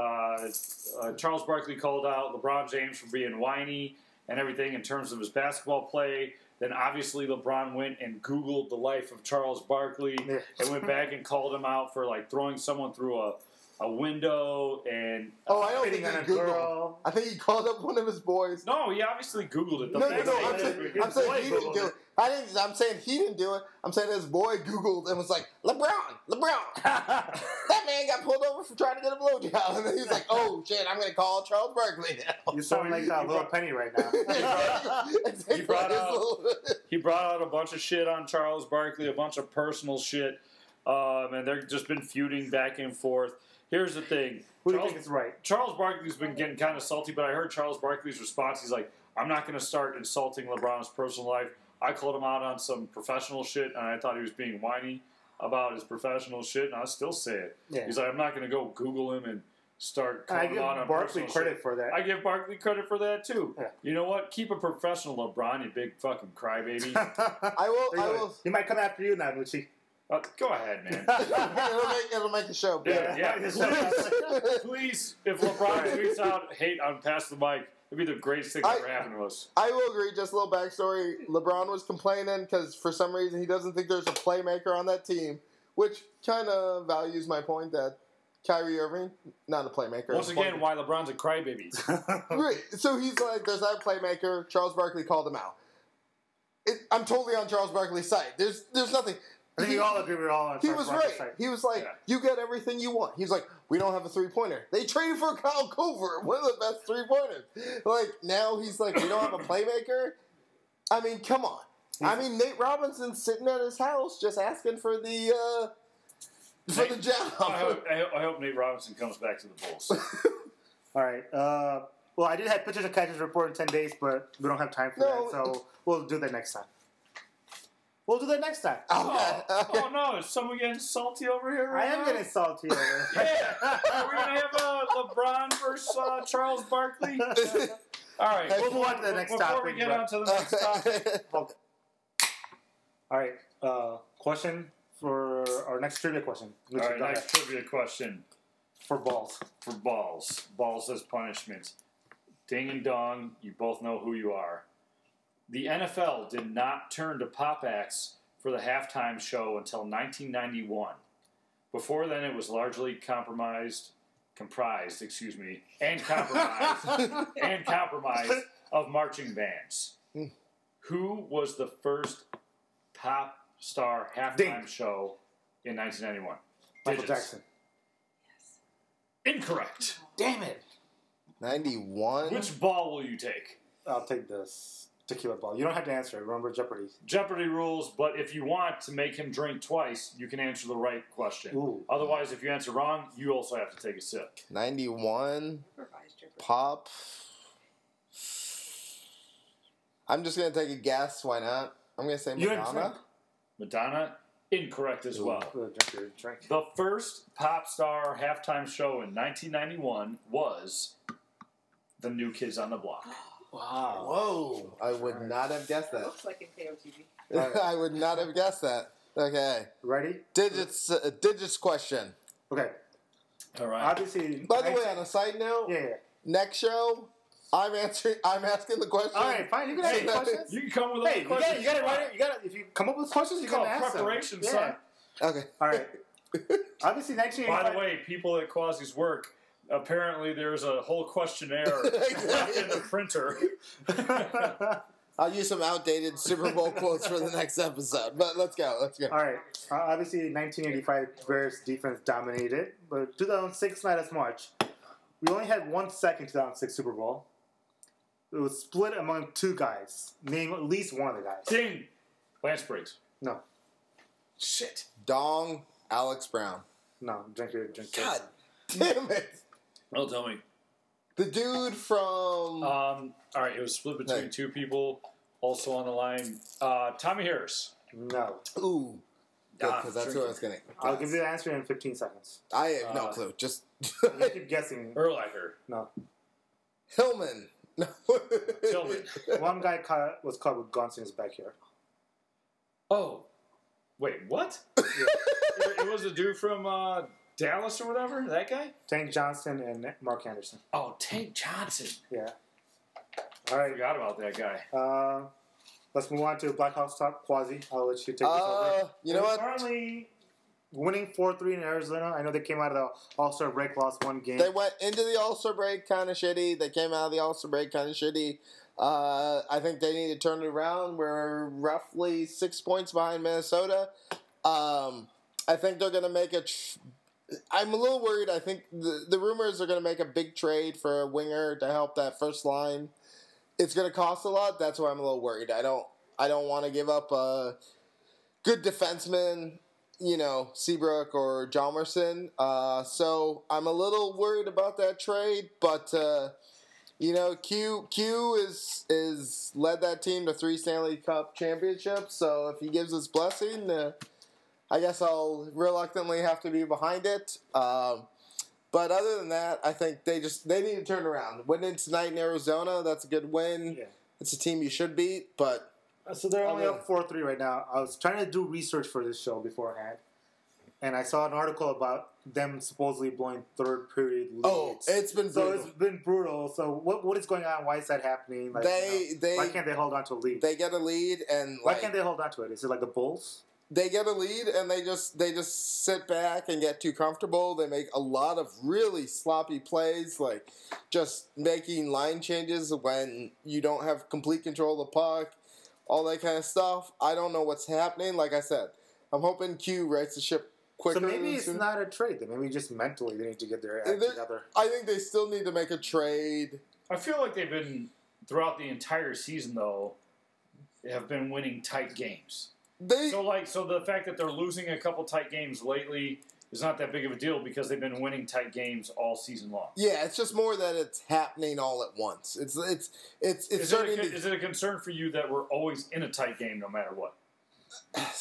Speaker 3: uh, Charles Barkley called out LeBron James for being whiny and everything in terms of his basketball play. Then obviously LeBron went and Googled the life of Charles Barkley
Speaker 2: Yeah.
Speaker 3: and went back and called him out for like throwing someone through a, a window and uh,
Speaker 1: Oh, I don't
Speaker 2: Hitting
Speaker 1: think he
Speaker 2: on a
Speaker 1: Googled.
Speaker 2: girl.
Speaker 1: I think he called up one of his boys.
Speaker 3: no, he obviously Googled it. The
Speaker 1: No, no,
Speaker 3: fact
Speaker 1: no.
Speaker 3: that
Speaker 1: I'm
Speaker 3: he
Speaker 1: saying,
Speaker 3: did-
Speaker 1: I'm saying
Speaker 2: boy
Speaker 1: he didn't do
Speaker 2: Googled
Speaker 1: it. I didn't. I'm saying he didn't do it. I'm saying his boy Googled and was like, LeBron, LeBron. That man got pulled over for trying to get a blowjob, and then he's like, "Oh shit, I'm gonna call Charles Barkley now."
Speaker 2: You sound
Speaker 3: So
Speaker 2: like
Speaker 3: you-
Speaker 2: a
Speaker 3: you
Speaker 2: little
Speaker 3: brought-
Speaker 2: penny right now.
Speaker 1: Exactly.
Speaker 3: You brought up-
Speaker 1: Little-
Speaker 3: he brought out a bunch of shit on Charles Barkley, a bunch of personal shit, um, and they've just been feuding back and forth. Here's the thing:
Speaker 2: Who do you
Speaker 3: Charles,
Speaker 2: think is right?
Speaker 3: Charles Barkley's been getting kind of salty, but I heard Charles Barkley's response. He's like, "I'm not going to start insulting LeBron's personal life. I called him out on some professional shit, and I thought he was being whiny about his professional shit, and I still say it.
Speaker 2: Yeah.
Speaker 3: He's like, I'm not going to go Google him and start
Speaker 2: I
Speaker 3: calling
Speaker 2: give
Speaker 3: him out on
Speaker 2: Barkley
Speaker 3: personal
Speaker 2: credit
Speaker 3: shit.
Speaker 2: for that.
Speaker 3: I give Barkley credit for that too.
Speaker 2: Yeah.
Speaker 3: You know what? Keep a professional, LeBron, you big fucking crybaby.
Speaker 1: I will.
Speaker 2: There you
Speaker 1: I
Speaker 2: go.
Speaker 1: will.
Speaker 2: He might come after you now, Lucci.
Speaker 3: Uh, go ahead, man.
Speaker 1: It'll make, it'll make the show better.
Speaker 3: Yeah, yeah. Please, please, if LeBron
Speaker 2: Right.
Speaker 3: tweets out hate on Pass the Mic, it'd be the greatest thing that
Speaker 1: I-
Speaker 3: ever happened to us.
Speaker 1: I will agree. Just a little backstory. LeBron was complaining because for some reason he doesn't think there's a playmaker on that team, which kind of values my point that Kyrie Irving not a playmaker.
Speaker 3: Once
Speaker 1: a
Speaker 3: again,
Speaker 1: point-
Speaker 3: why LeBron's a crybaby.
Speaker 1: Right. So he's like, there's that playmaker. Charles Barkley called him out. It, I'm totally on Charles Barkley's side. There's there's nothing.
Speaker 2: I think we all agree we're all on
Speaker 1: He
Speaker 2: Charles
Speaker 1: was
Speaker 2: Barkley's
Speaker 1: right.
Speaker 2: side.
Speaker 1: He was like,
Speaker 3: Yeah.
Speaker 1: you get everything you want. He's like, we don't have a three pointer. They traded for Kyle Cooper, one of the best three pointers. Like now he's like, we don't have a playmaker. I mean, come on. I mean, Nate Robinson sitting at his house just asking for the uh, for the
Speaker 3: Nate- I
Speaker 1: job.
Speaker 3: hope, I hope- I hope Nate Robinson comes back to the Bulls.
Speaker 2: All right. Uh, well, I did have pitchers and catches report in 10 days, but we don't have time for
Speaker 1: No.
Speaker 2: that, so we'll do that next time. We'll do that next time.
Speaker 3: Oh,
Speaker 1: Oh,
Speaker 3: oh no, is someone getting salty over here
Speaker 2: I
Speaker 3: right
Speaker 2: am
Speaker 3: now?
Speaker 2: getting salty over here.
Speaker 3: Yeah. We're going to have uh, LeBron versus uh, Charles Barkley. All right.
Speaker 1: We'll
Speaker 2: move on to the next
Speaker 3: before
Speaker 2: topic,
Speaker 3: we get
Speaker 2: but-
Speaker 3: on to the next topic.
Speaker 2: Okay. All right. Uh, question for our next trivia question.
Speaker 3: All
Speaker 2: Lucci,
Speaker 3: right,
Speaker 2: go
Speaker 3: next
Speaker 2: ahead.
Speaker 3: trivia question.
Speaker 2: For balls.
Speaker 3: for balls. Balls as punishment. Ding and dong, you both know who you are. The NFL did not turn to Pop Acts for the halftime show until 1991. Before then, it was largely compromised, comprised, excuse me, and compromised, and compromised of marching bands.
Speaker 2: Hmm.
Speaker 3: Who was the first pop star halftime
Speaker 2: Ding.
Speaker 3: show in 1991?
Speaker 2: Michael
Speaker 3: Digits.
Speaker 2: Jackson.
Speaker 4: Yes.
Speaker 3: Incorrect.
Speaker 2: Damn it.
Speaker 1: ninety one.
Speaker 3: Which ball will you take?
Speaker 2: I'll take this tequila ball. You don't have to answer it. Remember Jeopardy.
Speaker 3: Jeopardy rules, but if you want to make him drink twice, you can answer the right question.
Speaker 2: Ooh.
Speaker 3: Otherwise, if you answer wrong, you also have to take a sip.
Speaker 1: Ninety one.
Speaker 4: Supervised Jeopardy.
Speaker 1: Pop. I'm just gonna take a guess. Why not? I'm gonna say
Speaker 2: You didn't
Speaker 1: Madonna.
Speaker 3: Madonna, incorrect as well.
Speaker 2: Uh, drink your drink.
Speaker 3: The first pop star halftime show in 1991 was The New Kids on the Block.
Speaker 2: Wow.
Speaker 1: Whoa! I would not have guessed
Speaker 4: It
Speaker 1: that.
Speaker 4: looks like in KOTV.
Speaker 2: Alright.
Speaker 1: I would not have guessed that. Okay,
Speaker 2: Ready?
Speaker 1: digits. Uh, digits question.
Speaker 2: Okay.
Speaker 3: All right.
Speaker 2: Obviously.
Speaker 1: By the
Speaker 2: I-
Speaker 1: way, on a side note,
Speaker 2: Yeah, yeah.
Speaker 1: next show, I'm answering. I'm asking the question.
Speaker 2: All right, fine. You can ask
Speaker 3: Hey,
Speaker 2: the questions.
Speaker 3: you can come with
Speaker 2: Hey,
Speaker 3: other
Speaker 2: you
Speaker 3: questions.
Speaker 2: got, you got to write it. You got to, if you come up with questions, you
Speaker 3: It's
Speaker 2: got
Speaker 3: called
Speaker 2: to ask them.
Speaker 3: preparation,
Speaker 2: Yeah.
Speaker 3: son.
Speaker 1: Okay.
Speaker 2: All right. Obviously, 1985.
Speaker 3: By the way, people at Quasi's work, apparently there's a whole questionnaire in the printer.
Speaker 1: I'll use some outdated Super Bowl quotes for the next episode. But let's go. Let's go.
Speaker 2: All right. Uh, obviously, 1985 Bears defense dominated, but 2006 not as much. We only had one second 2006 Super Bowl. It was split among two guys. Name at least one of the guys.
Speaker 3: Ding! Lance Briggs.
Speaker 2: No,
Speaker 3: Shit.
Speaker 1: Dong. Alex Brown.
Speaker 2: no. Drink your drink. your-
Speaker 1: God damn it!
Speaker 3: Don't tell me.
Speaker 1: The dude from.
Speaker 2: Uh,
Speaker 3: Um, all right, it was split between
Speaker 1: Hey.
Speaker 3: two people. Also on the line, uh, Tommy Harris.
Speaker 2: No.
Speaker 1: Ooh.
Speaker 3: Ah,
Speaker 1: Because that's who I was going to.
Speaker 2: I'll give you the answer in 15 seconds.
Speaker 1: I have no
Speaker 3: uh,
Speaker 1: clue. Just
Speaker 2: You keep guessing.
Speaker 3: Erlacher.
Speaker 2: No.
Speaker 1: Hillman. No.
Speaker 3: Tillman.
Speaker 2: One guy caught, was caught with guns in his backyard.
Speaker 3: Oh, wait, what? it, it was a dude from uh, Dallas or whatever. That guy.
Speaker 2: Tank Johnson and Mark Anderson.
Speaker 3: Oh, Tank Johnson.
Speaker 2: Yeah. All
Speaker 3: I
Speaker 2: right.
Speaker 3: forgot about that guy.
Speaker 2: Uh, let's move on to Black Hawks talk. Quasi, I'll let you take this over.
Speaker 1: Uh, you know
Speaker 2: They're
Speaker 1: what?
Speaker 2: Currently winning 4 3 in Arizona. I know they came out of the All Star break, lost one game.
Speaker 1: They went into the All Star break kind of shitty. They came out of the All Star break kind of shitty. Uh, I think they need to turn it around. We're roughly six points behind Minnesota. Um, I think they're going to make a. Tr- I'm a little worried. I think the, the rumors are going to make a big trade for a winger to help that first line. It's going to cost a lot. That's why I'm a little worried. I don't. I don't want to give up a good defenseman you know Seabrook or Jalmerson. Uh, so I'm a little worried about that trade, but uh, you know Q Q is is led that team to three Stanley Cup championships. So if he gives his blessing, uh, I guess I'll reluctantly have to be behind it. Um, but other than that, I think they just they need to turn around. Winning tonight in Arizona, that's a good win.
Speaker 2: Yeah.
Speaker 1: It's a team you should beat, but
Speaker 2: Uh, So they're only
Speaker 1: Okay.
Speaker 2: up 4 3 right now. I was trying to do research for this show beforehand, and I saw an article about them supposedly blowing third period leads.
Speaker 1: oh, it's been
Speaker 2: so
Speaker 1: brutal.
Speaker 2: it's been brutal. So what what is going on? Why is that happening? Like,
Speaker 1: They-
Speaker 2: you know,
Speaker 1: they-
Speaker 2: why can't they hold on to a lead?
Speaker 1: they get a lead and
Speaker 2: why
Speaker 1: like,
Speaker 2: can't they hold on to it? Is it like the Bulls?
Speaker 1: they get a lead and they just they just sit back and get too comfortable. They make a lot of really sloppy plays, like just making line changes when you don't have complete control of the puck, all that kind of stuff. I don't know what's happening. Like I said, I'm hoping Q writes the ship quicker.
Speaker 2: So maybe
Speaker 1: than
Speaker 2: it's
Speaker 1: soon.
Speaker 2: not a trade. Then maybe just mentally they need to get their act
Speaker 1: They're-
Speaker 2: together.
Speaker 1: I think they still need to make a trade.
Speaker 3: I feel like they've been throughout the entire season though. they Have been winning tight games.
Speaker 1: They
Speaker 3: So like, so the fact that they're losing a couple tight games lately is not that big of a deal because they've been winning tight games all season long.
Speaker 1: yeah, it's just more that it's happening all at once. It's it's it's it's
Speaker 3: Is it, a,
Speaker 1: starting
Speaker 3: con-
Speaker 1: to
Speaker 3: is it a concern for you that we're always in a tight game no matter what?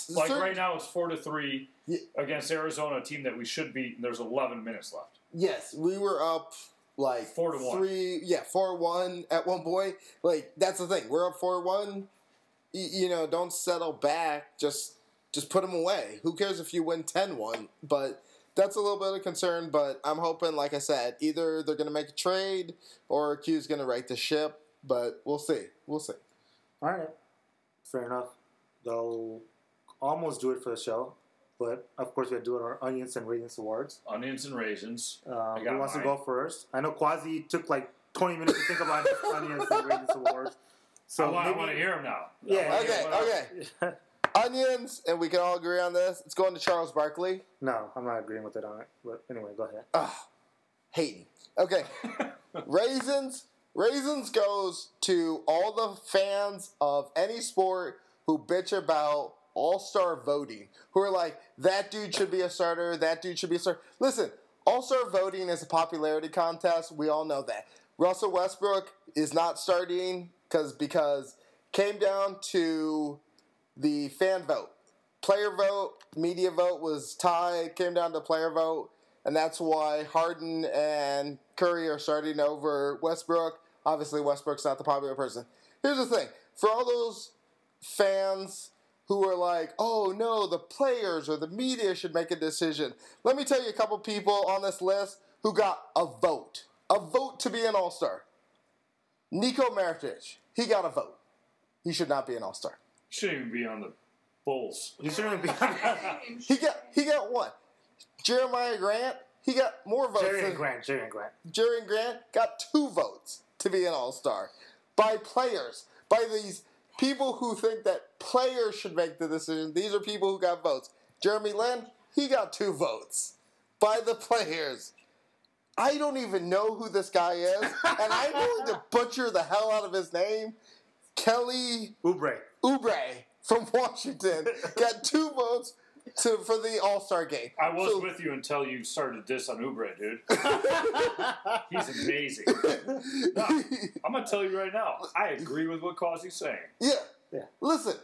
Speaker 3: Like
Speaker 1: certain-
Speaker 3: right now, it's four to three
Speaker 1: Yeah.
Speaker 3: against Arizona, a team that we should beat, and there's 11 minutes left.
Speaker 1: Yes, we were up like
Speaker 3: Four to one.
Speaker 1: three, yeah, four one at one point. Like that's the thing, we're up four one. Y- you know, don't settle back. Just just put them away. Who cares if you win 10-1? But that's a little bit of concern. But I'm hoping, like I said, either they're going to make a trade or Q's going to right the ship. But we'll see. We'll see.
Speaker 2: All right, fair enough. They'll almost do it for the show, but of course we have to do our onions and raisins awards.
Speaker 3: Onions and raisins.
Speaker 2: Um,
Speaker 3: I
Speaker 2: who
Speaker 3: got
Speaker 2: wants to
Speaker 3: mine.
Speaker 2: go first? I know Quasi took like 20 minutes to think about his onions and raisins awards. So
Speaker 3: I want,
Speaker 2: maybe-
Speaker 3: I want to hear them now.
Speaker 2: Yeah,
Speaker 3: I wanna hear
Speaker 1: Okay,
Speaker 3: them.
Speaker 1: okay. Onions, and we can all agree on this. It's going to Charles Barkley.
Speaker 2: No, I'm not agreeing with it on it. But anyway, go ahead.
Speaker 1: Ugh, hating. Okay. Raisins. Raisins goes to all the fans of any sport who bitch about all star voting, who are like, that dude should be a starter, that dude should be a starter. Listen, all star voting is a popularity contest. We all know that. Russell Westbrook is not starting because because came down to the fan vote. Player vote, media vote was tied, came down to player vote, and that's why Harden and Curry are starting over Westbrook. Obviously, Westbrook's not the popular person. Here's the thing for all those fans who are like, oh no, the players or the media should make a decision, let me tell you a couple people on this list who got a vote. A vote to be an all star. Nico Maritic, he got a vote. He should not be an all star.
Speaker 3: Shouldn't even be on the Bulls.
Speaker 2: You shouldn't be.
Speaker 1: He got he got one. Jeremiah Grant, he got more votes.
Speaker 2: Jerry
Speaker 1: than,
Speaker 2: and Grant, Jerry and Grant.
Speaker 1: Jerry Grant got two votes to be an All Star by players, by these people who think that players should make the decision. These are people who got votes. Jeremy Lin, he got two votes by the players. I don't even know who this guy is, and I'm going to butcher the hell out of his name. Kelly
Speaker 2: Oubre.
Speaker 1: Oubre from Washington got two votes to for the All Star game.
Speaker 3: I was
Speaker 1: So-
Speaker 3: with you until you started this on Ubre, dude. He's amazing. I'm gonna tell you right now. I agree with what Causey's saying.
Speaker 1: Yeah.
Speaker 2: Yeah.
Speaker 1: Listen,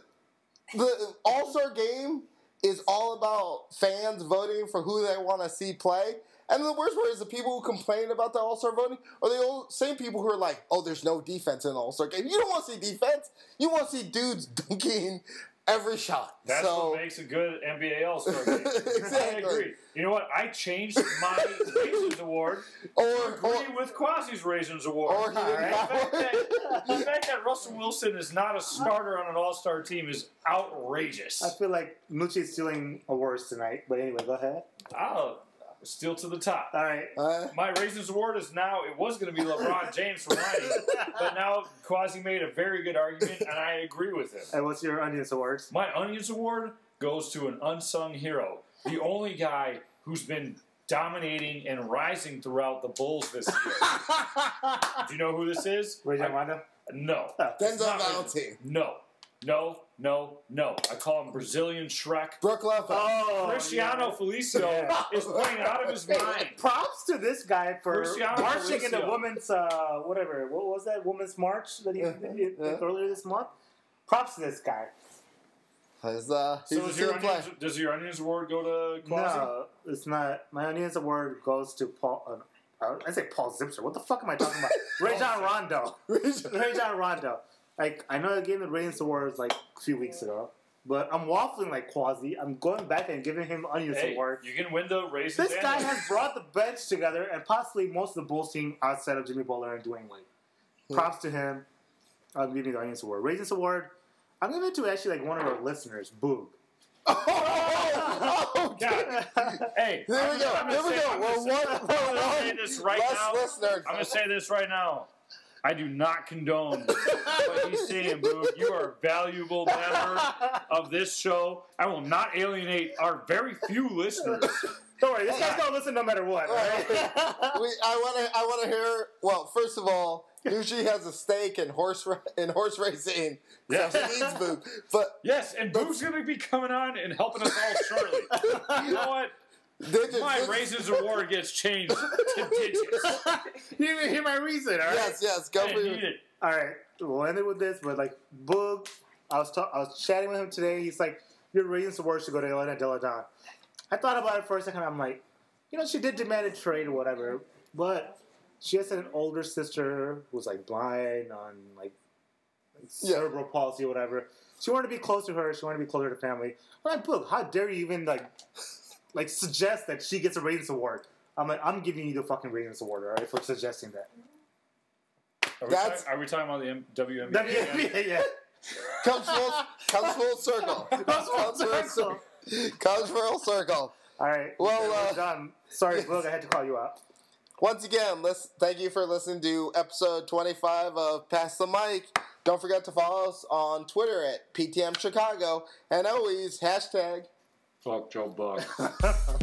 Speaker 1: the All Star game is all about fans voting for who they want to see play. And the worst part is the people who complain about the All Star voting are the old, same people who are like, oh, there's no defense in All Star game. You don't want to see defense. You want to see dudes dunking every shot.
Speaker 3: That's
Speaker 1: so,
Speaker 3: what makes a good NBA All Star game.
Speaker 1: Exactly.
Speaker 3: I agree. You know what? I changed my Raisins Award.
Speaker 1: or, or,
Speaker 3: Agree with Quasi's Raisins Award.
Speaker 1: or he
Speaker 3: All
Speaker 1: didn't
Speaker 3: right?
Speaker 1: buy
Speaker 3: the, fact that,
Speaker 1: one.
Speaker 3: the fact that Russell Wilson is not a starter on an All Star team is outrageous.
Speaker 2: I feel like Nucci is stealing awards tonight, but anyway, go ahead.
Speaker 3: I'll still to the top.
Speaker 2: All right.
Speaker 1: Uh,
Speaker 3: My Raisins Award is now, it was going to be LeBron James for mine, but now Quasi made a very good argument, and I agree with him.
Speaker 2: And uh, what's your audience awards?
Speaker 3: My Onions Award goes to an unsung hero, the only guy who's been dominating and rising throughout the Bulls this year. Do you know who this is?
Speaker 2: Ray
Speaker 3: I-
Speaker 2: Armando?
Speaker 3: no. It's
Speaker 1: Denzel
Speaker 3: not Ray-
Speaker 1: Valentine.
Speaker 3: No. No, no, no. I call him Brazilian Shrek.
Speaker 1: Brooke Lopez.
Speaker 2: Oh,
Speaker 3: Cristiano
Speaker 2: yeah.
Speaker 3: Felicio
Speaker 2: Yeah.
Speaker 3: is playing out of his mind.
Speaker 2: Props to this guy for
Speaker 3: Cristiano
Speaker 2: marching in the
Speaker 3: Felicio.
Speaker 2: women's uh, whatever. What was that women's march that he
Speaker 1: Yeah,
Speaker 2: did
Speaker 1: yeah.
Speaker 2: earlier this month? Props to this guy.
Speaker 1: He's, uh, he's
Speaker 3: So
Speaker 1: a
Speaker 3: is your
Speaker 1: team player.
Speaker 3: onions, does your Onions Award go to Quasi?
Speaker 2: No, it's not. My audience award goes to Paul. Uh, uh, I say Paul Zipser. What the fuck am I talking about? Rajon Rondo. Rajon Rondo. Like I know I gave him the ratings awards like a few weeks ago, but I'm waffling like Quasi. I'm going back and giving him audience
Speaker 3: Hey,
Speaker 2: award.
Speaker 3: you can win the Raisins
Speaker 2: This guy has brought the bench together and possibly most of the Bulls team outside of Jimmy Butler and Dwayne Wade. Props to him. I'm giving the audience award. Ratings award. I'm giving it to actually like one of our listeners, Boog.
Speaker 1: Oh, oh,
Speaker 3: Yeah. Hey,
Speaker 1: There
Speaker 3: I'm gonna-
Speaker 1: we go.
Speaker 3: I'm
Speaker 1: There
Speaker 3: gonna
Speaker 1: we
Speaker 3: say-
Speaker 1: go.
Speaker 3: I'm
Speaker 1: We're
Speaker 3: gonna
Speaker 1: one.
Speaker 3: say-
Speaker 1: We're
Speaker 3: I'm gonna say
Speaker 1: one.
Speaker 3: this right
Speaker 1: less
Speaker 3: now.
Speaker 1: listener.
Speaker 3: I'm gonna say this right now. I do not condone what he's saying, boo. You are a valuable member of this show. I will not alienate our very few listeners.
Speaker 2: Don't worry, this guy's gonna listen no matter what. all right?
Speaker 1: we, I want to. I want to hear. Well, first of all, Nushi has a stake in horse ra- in horse racing.
Speaker 3: Yes.
Speaker 1: So she needs Boog. But
Speaker 3: Yes, and Boo's gonna be coming on and helping us all shortly. You know what?
Speaker 1: digits,
Speaker 3: My
Speaker 1: digits-
Speaker 3: raises award gets changed to digits.
Speaker 2: you didn't even hear my reason, all right?
Speaker 1: Yes, yes. Go
Speaker 3: I
Speaker 1: for
Speaker 3: need
Speaker 1: your.
Speaker 3: it.
Speaker 2: All right, we'll end it with this. But like Boog, I was ta- I was chatting with him today. He's like, "Your ratings award should go to Elena Deladon." I thought about it for a second. I'm like, you know, she did demand a trade or whatever, but she has an older sister who's like blind on like
Speaker 1: Yeah.
Speaker 2: cerebral palsy or whatever. She wanted to be close to her. She wanted to be closer to family. I'm like, Boog, how dare you even like like suggest that she gets a ratings award? I'm like, I'm giving you the fucking ratings award, all right, for suggesting that.
Speaker 3: Are we,
Speaker 1: That's-
Speaker 3: talking, are we talking about the M- WNBA?
Speaker 2: WNBA, yeah.
Speaker 1: Comes full. Comes full circle. Comes full circle. Comes full circle.
Speaker 2: All right.
Speaker 1: Well,
Speaker 2: we're
Speaker 1: uh,
Speaker 2: done. Sorry, Boog, I had to call you out.
Speaker 1: Once again, let's thank you for listening to episode 25 of Pass the Mic. Don't forget to follow us on Twitter at PTM Chicago and always hashtag
Speaker 3: Fuck Joe Buck.